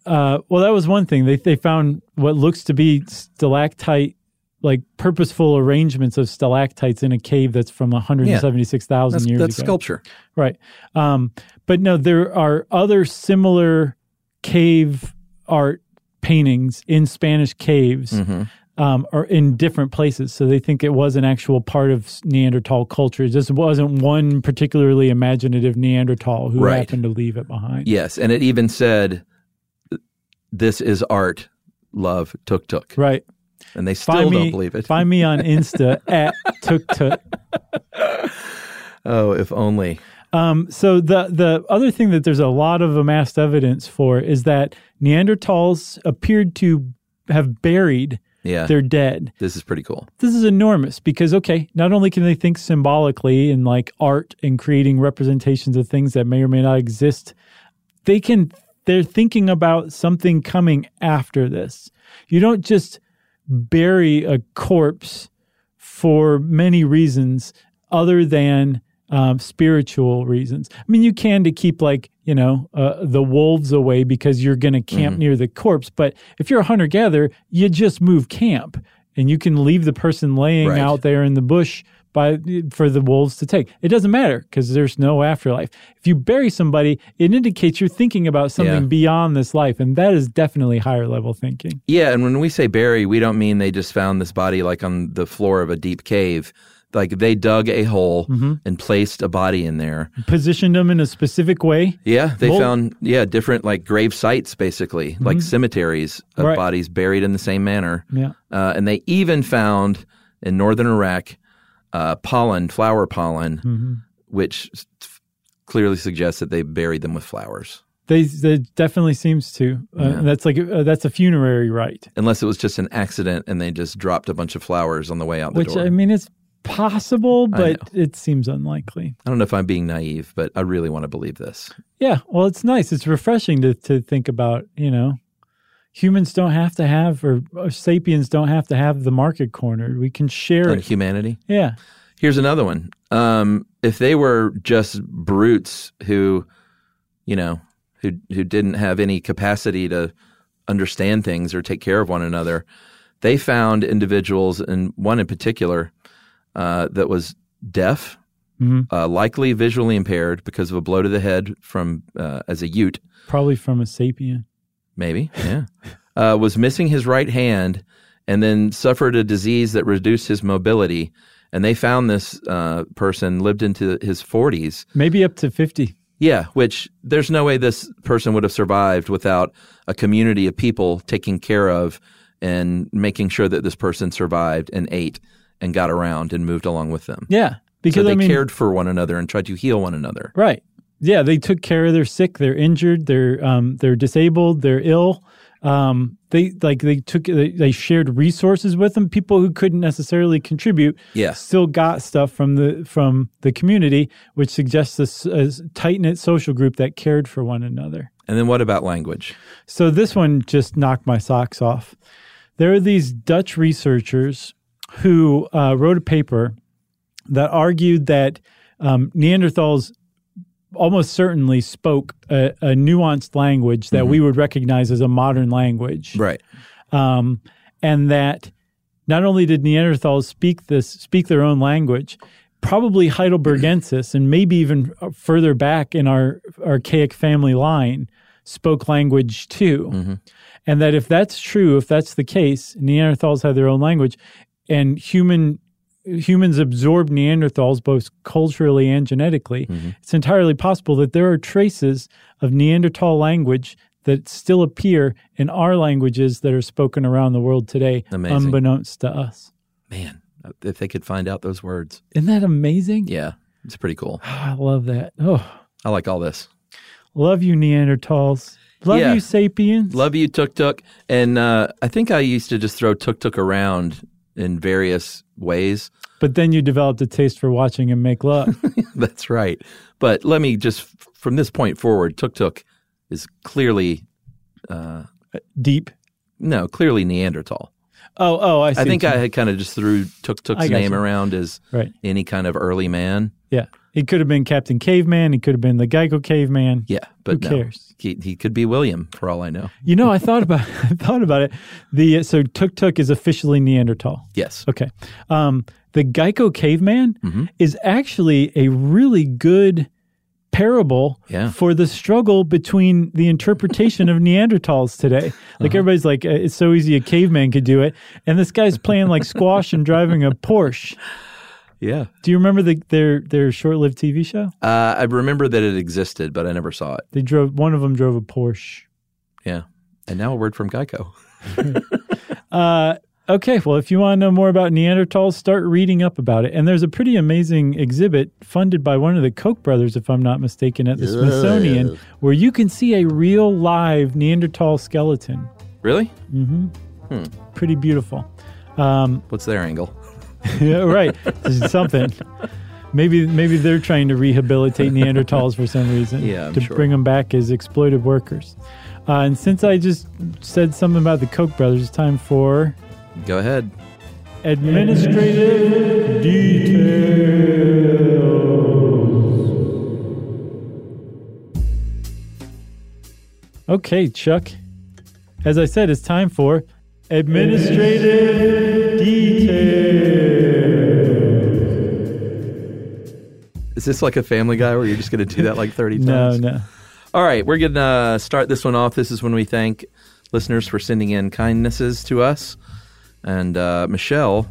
Speaker 2: Uh, well, that was one thing. They they found what looks to be stalactite, like purposeful arrangements of stalactites in a cave that's from 176,000
Speaker 3: That's,
Speaker 2: years
Speaker 3: that's
Speaker 2: ago.
Speaker 3: sculpture.
Speaker 2: Right. Um, but no, there are other similar cave art paintings in Spanish caves
Speaker 3: Mhm.
Speaker 2: um, or in different places. So they think it was an actual part of Neanderthal culture. It just wasn't one particularly imaginative Neanderthal who
Speaker 3: Right.
Speaker 2: happened to leave it behind.
Speaker 3: Yes, and it even said, "This is art." Love tuk tuk,
Speaker 2: Right.
Speaker 3: and they still
Speaker 2: me,
Speaker 3: don't believe it.
Speaker 2: Find me on Insta at Tuk Tuk.
Speaker 3: Oh, if only.
Speaker 2: Um, so the the other thing that there's a lot of amassed evidence for is that Neanderthals appeared to have buried
Speaker 3: Yeah.
Speaker 2: their dead.
Speaker 3: This is pretty cool.
Speaker 2: This is enormous because okay, not only can they think symbolically in like art and creating representations of things that may or may not exist, they can they're thinking about something coming after this. You don't just bury a corpse for many reasons other than um, spiritual reasons. I mean, you can to keep like you know uh, the wolves away because you're going to camp near the corpse. But if you're a hunter gatherer, you just move camp and you can leave the person laying
Speaker 3: Right.
Speaker 2: out there in the bush by for the wolves to take. It doesn't matter because there's no afterlife. If you bury somebody, it indicates you're thinking about something
Speaker 3: Yeah.
Speaker 2: beyond this life, and that is definitely higher level thinking.
Speaker 3: Yeah, and when we say bury, we don't mean they just found this body like on the floor of a deep cave. Like they dug a hole
Speaker 2: Mm-hmm.
Speaker 3: and placed a body in there.
Speaker 2: Positioned them in a specific way.
Speaker 3: Yeah, they
Speaker 2: Mol-
Speaker 3: found yeah different like grave sites basically, like cemeteries of
Speaker 2: Mm-hmm. Right.
Speaker 3: bodies buried in the same manner.
Speaker 2: Yeah.
Speaker 3: Uh, and they even found in northern Iraq uh, pollen, flower pollen,
Speaker 2: Mm-hmm.
Speaker 3: which s- clearly suggests that they buried them with flowers,
Speaker 2: They, they definitely seems to. Uh, That's like uh, that's a funerary rite,
Speaker 3: unless it was just an accident and they just dropped a bunch of flowers on the way out the
Speaker 2: which
Speaker 3: door.
Speaker 2: I mean, it's possible,
Speaker 3: I
Speaker 2: but it seems unlikely.
Speaker 3: I don't know if I'm being naive, but I really want to believe this.
Speaker 2: Yeah, well, it's nice. It's refreshing to to think about. You know, humans don't have to have, or, or sapiens don't have to have the market cornered. We can share
Speaker 3: On
Speaker 2: it.
Speaker 3: humanity.
Speaker 2: Yeah,
Speaker 3: Here's another one. Um, if they were just brutes who, you know, who who didn't have any capacity to understand things or take care of one another. They found individuals, and one in particular, uh, that was deaf,
Speaker 2: Mm-hmm.
Speaker 3: uh, likely visually impaired because of a blow to the head from uh, as a Ute,
Speaker 2: Probably from a sapien.
Speaker 3: maybe, yeah, uh, was missing his right hand, and then suffered a disease that reduced his mobility. And they found this uh, person lived into his 40s,
Speaker 2: Maybe up to 50.
Speaker 3: Yeah, which there's no way this person would have survived without a community of people taking care of and making sure that this person survived and ate and got around and moved along with them.
Speaker 2: Yeah.
Speaker 3: so
Speaker 2: Because
Speaker 3: they
Speaker 2: I mean,
Speaker 3: cared for one another and tried to heal one another.
Speaker 2: Right. Yeah, they took care of their sick, they're injured, they're um, they're disabled, they're ill. Um, they like they took they, they shared resources with them. People who couldn't necessarily contribute,
Speaker 3: Yeah.
Speaker 2: still got stuff from the from the community, which suggests this uh, tight knit social group that cared for one another.
Speaker 3: And then what about language?
Speaker 2: So this one just knocked my socks off. There are these Dutch researchers who uh, wrote a paper that argued that um, Neanderthals almost certainly spoke a, a nuanced language that we would recognize as a modern language,
Speaker 3: Right.
Speaker 2: um, and that not only did Neanderthals speak this speak their own language. Probably Heidelbergensis, and maybe even further back in our archaic family line, spoke language too.
Speaker 3: Mm-hmm.
Speaker 2: And that if that's true, if that's the case, Neanderthals had their own language and human humans absorbed Neanderthals both culturally and genetically,
Speaker 3: Mm-hmm.
Speaker 2: it's entirely possible that there are traces of Neanderthal language that still appear in our languages that are spoken around the world today,
Speaker 3: Amazing.
Speaker 2: unbeknownst to us.
Speaker 3: Man, if they could find out those words.
Speaker 2: Isn't that amazing? Ah,
Speaker 3: Yeah, it's pretty cool.
Speaker 2: I love that. Oh,
Speaker 3: I like all this.
Speaker 2: love you, Neanderthals. Love
Speaker 3: Yeah.
Speaker 2: you, sapiens.
Speaker 3: Love you, Tuk Tuk. And uh, I think I used to just throw Tuk Tuk around in various ways.
Speaker 2: but then you developed a taste for watching and make love.
Speaker 3: That's right. But let me just, from this point forward, Tuk Tuk is clearly,
Speaker 2: Deep.
Speaker 3: no, clearly Neanderthal.
Speaker 2: Oh, oh, I see.
Speaker 3: I think
Speaker 2: what
Speaker 3: I
Speaker 2: you-
Speaker 3: had kind of just threw Tuk
Speaker 2: I
Speaker 3: Tuk's
Speaker 2: got
Speaker 3: name
Speaker 2: you.
Speaker 3: around as
Speaker 2: Right.
Speaker 3: any kind of early man.
Speaker 2: Yeah. It could have been Captain Caveman. It could have been the Geico Caveman.
Speaker 3: Yeah, but
Speaker 2: Who
Speaker 3: no.
Speaker 2: cares?
Speaker 3: He, he could be William, for all I know.
Speaker 2: You know, I thought about I thought about it. The so Tuk Tuk is officially Neanderthal.
Speaker 3: Yes.
Speaker 2: Okay. Um, the Geico Caveman is actually a really good parable
Speaker 3: Yeah.
Speaker 2: for the struggle between the interpretation of Neanderthals today. Like everybody's like, uh, it's so easy a caveman could do it, and this guy's playing like squash and driving a Porsche.
Speaker 3: Yeah.
Speaker 2: Do you remember the, their their short lived TV show?
Speaker 3: Uh, I remember that it existed, but I never saw it.
Speaker 2: They drove one of them drove a Porsche.
Speaker 3: Yeah. And now a word from Geico.
Speaker 2: Uh, okay, well, if you want to know more about Neanderthals, start reading up about it. And there's a pretty amazing exhibit funded by one of the Koch brothers, if I'm not mistaken, at the Smithsonian, where you can see a real live Neanderthal skeleton.
Speaker 3: Really?
Speaker 2: Pretty beautiful.
Speaker 3: What's their angle?
Speaker 2: yeah, right. This is something. Maybe maybe they're trying to rehabilitate Neanderthals for some reason.
Speaker 3: Yeah, I'm
Speaker 2: to
Speaker 3: sure.
Speaker 2: bring them back as exploited workers. Uh, and since I just said something about the Koch brothers, it's time for
Speaker 3: Go ahead.
Speaker 2: administrative detail. Okay, Chuck. As I said, it's time for administrative detail.
Speaker 3: Is this like a family guy where you're just going to do that like 30 times?
Speaker 2: No, no.
Speaker 3: All right, we're going to start this one off. This is when we thank listeners for sending in kindnesses to us. And uh, Michelle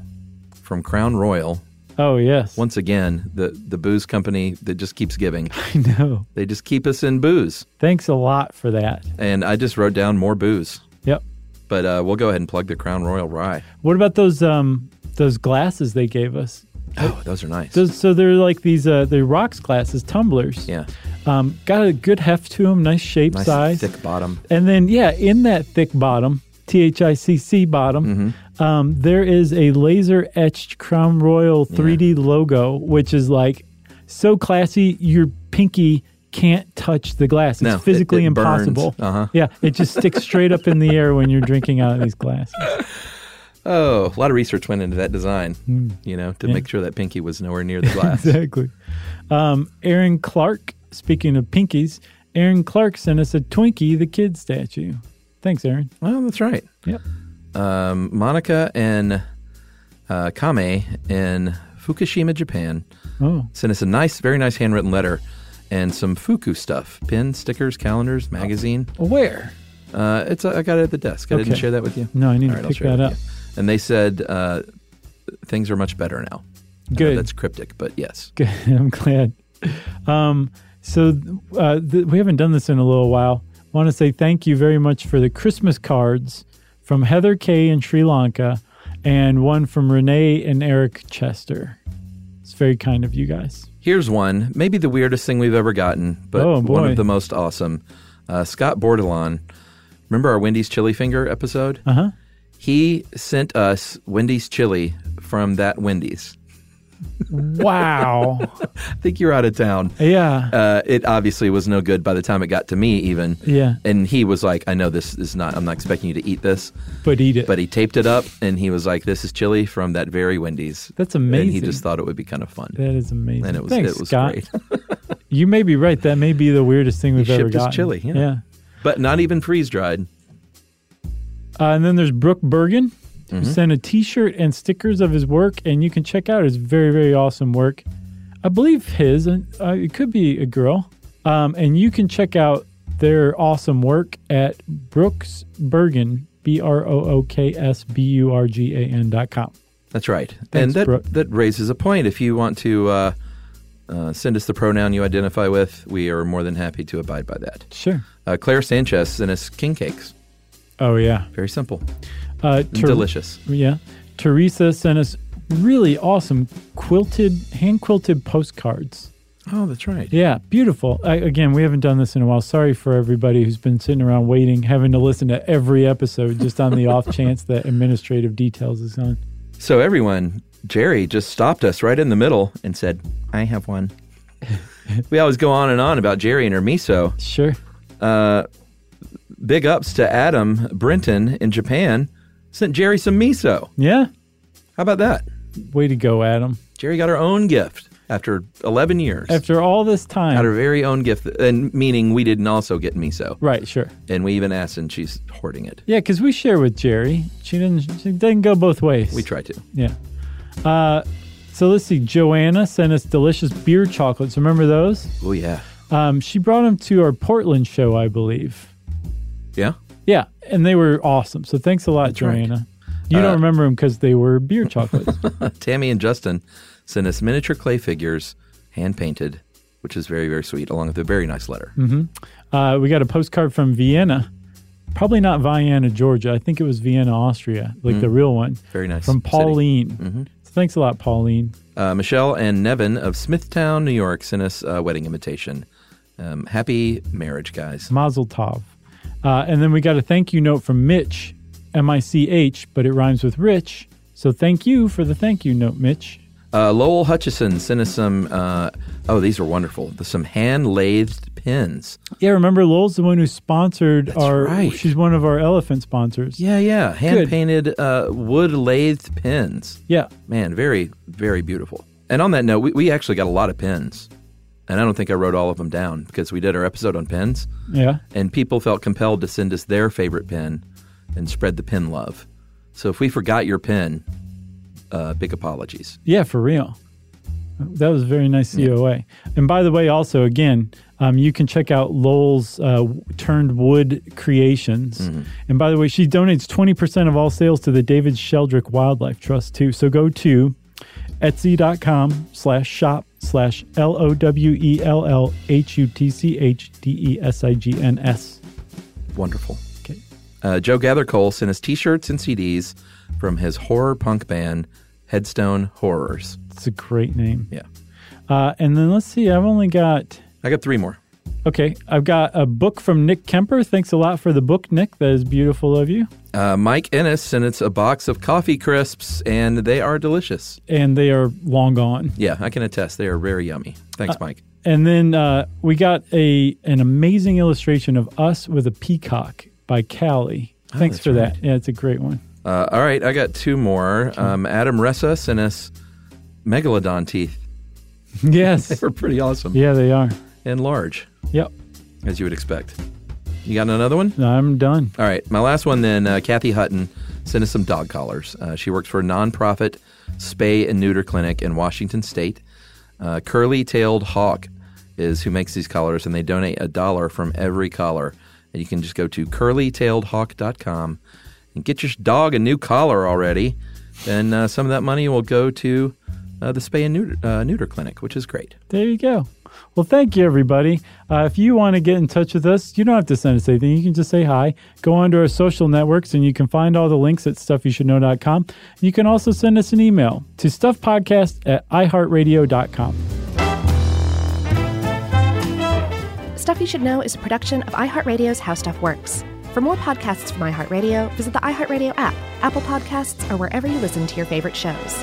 Speaker 3: from Crown Royal,
Speaker 2: Oh yes.
Speaker 3: once again, the, the booze company that just keeps giving.
Speaker 2: I know.
Speaker 3: They just keep us in booze.
Speaker 2: Thanks a lot for that.
Speaker 3: And I just wrote down more booze.
Speaker 2: Yep.
Speaker 3: But uh, we'll go ahead and plug the Crown Royal Rye.
Speaker 2: What about those um those glasses they gave us?
Speaker 3: Oh, those are nice.
Speaker 2: Those, so they're like these uh they're rocks glasses, tumblers.
Speaker 3: yeah.
Speaker 2: Um, got a good heft to them, nice shape,
Speaker 3: Nice
Speaker 2: size,
Speaker 3: thick bottom.
Speaker 2: and then yeah, in that thick bottom, T H I C C bottom,
Speaker 3: Mm-hmm.
Speaker 2: um, there is a laser etched Crown Royal 3D logo, which is like so classy. Your pinky can't touch the glass; it's
Speaker 3: No, it-
Speaker 2: physically
Speaker 3: it burns.
Speaker 2: impossible.
Speaker 3: Uh-huh.
Speaker 2: Yeah, it just sticks straight up in the air when you're drinking out of these glasses.
Speaker 3: Oh, a lot of research went into that design, you know, to make sure that pinky was nowhere near the glass.
Speaker 2: Hmm. exactly. Um, Aaron Clark. Speaking of pinkies, Aaron Clark sent us a Twinkie the Kid statue. Thanks, Aaron.
Speaker 3: Well, that's right.
Speaker 2: Yep.
Speaker 3: Um, Monica and uh, Kame in Fukushima, Japan,
Speaker 2: Oh,
Speaker 3: sent us a nice, very nice handwritten letter and some Fuku stuff pins, stickers, calendars, magazine.
Speaker 2: where?
Speaker 3: Uh, it's I got it at the desk. I didn't
Speaker 2: Okay.
Speaker 3: share that with you.
Speaker 2: No, I need to
Speaker 3: I'll
Speaker 2: pick
Speaker 3: share it
Speaker 2: that
Speaker 3: with you. And they said uh, things are much better now. I know
Speaker 2: Good.
Speaker 3: that's cryptic, but yes.
Speaker 2: Good. I'm glad. Um, so uh, th- we haven't done this in a little while. want to say thank you very much for the Christmas cards from Heather K in Sri Lanka and one from Renee and Eric Chester. It's very kind of you guys.
Speaker 3: Here's one, maybe the weirdest thing we've ever gotten, but
Speaker 2: Oh,
Speaker 3: one
Speaker 2: boy.
Speaker 3: of the most awesome. Uh, Scott Bordelon, remember our Wendy's Chili Finger episode? Uh
Speaker 2: Uh-huh.
Speaker 3: He sent us Wendy's Chili from that Wendy's.
Speaker 2: Wow.
Speaker 3: I think you're out of town.
Speaker 2: yeah.
Speaker 3: Uh, it obviously was no good by the time it got to me, even.
Speaker 2: Yeah.
Speaker 3: And he was like, I know this is not, I'm not expecting you to eat this.
Speaker 2: But eat it.
Speaker 3: But he taped it up and he was like, This is chili from that very Wendy's.
Speaker 2: That's
Speaker 3: And he
Speaker 2: amazing.
Speaker 3: just thought it would be kind of fun.
Speaker 2: that is amazing.
Speaker 3: and it was
Speaker 2: Thanks,
Speaker 3: it was
Speaker 2: Scott.
Speaker 3: great.
Speaker 2: You may be right. That may be the weirdest thing we've ever
Speaker 3: shipped us
Speaker 2: gotten.
Speaker 3: chili, yeah.
Speaker 2: yeah.
Speaker 3: but not even freeze dried.
Speaker 2: Uh, and then there's Brooke Bergen, who sent a T-shirt and stickers of his work, and you can check out his very, very awesome work. I believe his, and uh, it could be a girl. Um, and you can check out their awesome work at Brooks Bergen, B R O O K S B U R G A N dot com.
Speaker 3: That's right.
Speaker 2: Thanks,
Speaker 3: and that
Speaker 2: Brooke.
Speaker 3: that raises a point. If you want to uh, uh, send us the pronoun you identify with, we are more than happy to abide by that.
Speaker 2: Sure.
Speaker 3: Uh, Claire Sanchez sent us king cakes.
Speaker 2: Oh yeah.
Speaker 3: Very simple,
Speaker 2: Uh,
Speaker 3: and
Speaker 2: Ter-
Speaker 3: delicious.
Speaker 2: Yeah. Teresa sent us really awesome quilted, hand quilted postcards.
Speaker 3: Oh, that's right.
Speaker 2: Yeah, beautiful. I, again, we haven't done this in a while. Sorry for everybody who's been sitting around waiting, having to listen to every episode just on the off chance that administrative details is on.
Speaker 3: So everyone, Jerry just stopped us right in the middle and said, "I have one." we always go on and on about Jerry and her miso.
Speaker 2: Sure.
Speaker 3: Big ups to Adam Brenton in Japan. Sent Jerry some miso.
Speaker 2: Yeah.
Speaker 3: How about that?
Speaker 2: Way to go, Adam.
Speaker 3: Jerry got her own gift after 11 years.
Speaker 2: After all this
Speaker 3: got her
Speaker 2: time.
Speaker 3: very own gift, and meaning we didn't also get miso.
Speaker 2: Right, sure.
Speaker 3: And we even asked, and she's hoarding it.
Speaker 2: Yeah, because we share with Jerry. She didn't. She didn't go both ways.
Speaker 3: We try to.
Speaker 2: Yeah. Uh, so let's see. Joanna sent us delicious beer chocolates. Remember those?
Speaker 3: Oh, yeah.
Speaker 2: Um, she brought them to our Portland show, I believe.
Speaker 3: Yeah?
Speaker 2: Yeah, and they were awesome. So thanks a lot,
Speaker 3: right.
Speaker 2: Joanna. You
Speaker 3: Uh,
Speaker 2: don't remember them because they were beer chocolates.
Speaker 3: Tammy and Justin sent us miniature clay figures, hand painted, which is very, very sweet, along with a very nice letter.
Speaker 2: uh, we got a postcard from Vienna, probably not Vienna, Georgia. I think it was Vienna, Austria, like the real one.
Speaker 3: Mm. Very nice
Speaker 2: From
Speaker 3: city. Mm-hmm.
Speaker 2: Pauline. So thanks a lot, Pauline.
Speaker 3: Uh, Michelle and Nevin of Smithtown, New York sent us a wedding invitation. Um, happy marriage, guys.
Speaker 2: Mazel tov. Uh, and then we got a thank you note from Mitch, M I C H, but it rhymes with rich. So thank you for the thank you note, Mitch.
Speaker 3: Uh, Lowell Hutchison sent us some, uh, oh, these are wonderful, some hand lathed pins.
Speaker 2: Yeah, remember Lowell's the one who sponsored our.
Speaker 3: right.
Speaker 2: She's one of our elephant sponsors.
Speaker 3: Yeah, yeah. Hand painted uh, wood lathed pins.
Speaker 2: yeah.
Speaker 3: Man, very, very beautiful. And on that note, we, we actually got a lot of pins. And I don't think I wrote all of them down because we did our episode on pins.
Speaker 2: yeah.
Speaker 3: And people felt compelled to send us their favorite pin and spread the pin love. So if we forgot your pin, uh, big apologies.
Speaker 2: Yeah, for real. That was very nice COA. And by the way, also again, um, you can check out Lowell's uh, w- Turned Wood Creations. And by the way, she donates twenty percent of all sales to the David Sheldrick Wildlife Trust too. So go to etsy.com slash shop slash L O W E L L H U T C H D E S I G N S.
Speaker 3: Wonderful.
Speaker 2: Okay.
Speaker 3: Uh, Joe Gathercole sent us t shirts and CDs from his horror punk band, Headstone Horrors.
Speaker 2: It's a great name.
Speaker 3: Yeah.
Speaker 2: Uh, and then let's see, I've only got
Speaker 3: I got three more.
Speaker 2: Okay, I've got a book from Nick Kemper. Thanks a lot for the book, Nick. That is beautiful of you.
Speaker 3: Uh, Mike Ennis sent us a box of coffee crisps, and they are delicious.
Speaker 2: And they are long gone.
Speaker 3: Yeah, I can attest. They are very yummy. Thanks, Mike.
Speaker 2: And then uh, we got a an amazing illustration of us with a peacock by Callie. Thanks
Speaker 3: that's
Speaker 2: for that. Yeah, it's a great one.
Speaker 3: Uh, all right, I got two more. Um, Adam Ressa sent us megalodon teeth.
Speaker 2: yes.
Speaker 3: They're pretty awesome
Speaker 2: Yeah, they are.
Speaker 3: and large,
Speaker 2: Yep.
Speaker 3: as you would expect. You got another one?
Speaker 2: I'm done.
Speaker 3: All right, my last one then. Uh, Kathy Hutton sent us some dog collars. Uh, she works for a nonprofit spay and neuter clinic in Washington State. Uh, Curly Tailed Hawk is who makes these collars, and they donate a dollar from every collar. And you can just go to curlytailedhawk.com and get your dog a new collar already. Then uh, some of that money will go to uh, the spay and neuter, uh, neuter clinic, which is great.
Speaker 2: There you go. Well, thank you, everybody. Uh, if you want to get in touch with us, you don't have to send us anything. You can just say hi. Go onto our social networks, and you can find all the links at stuffyoushouldknow.com. You can also send us an email to stuffpodcast at iheartradio.com.
Speaker 1: Stuff You Should Know is a production of iHeartRadio's How Stuff Works. For more podcasts from iHeartRadio, visit the iHeartRadio app, Apple Podcasts, or wherever you listen to your favorite shows.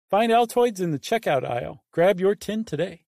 Speaker 2: Find Altoids in the checkout aisle. Grab your tin today.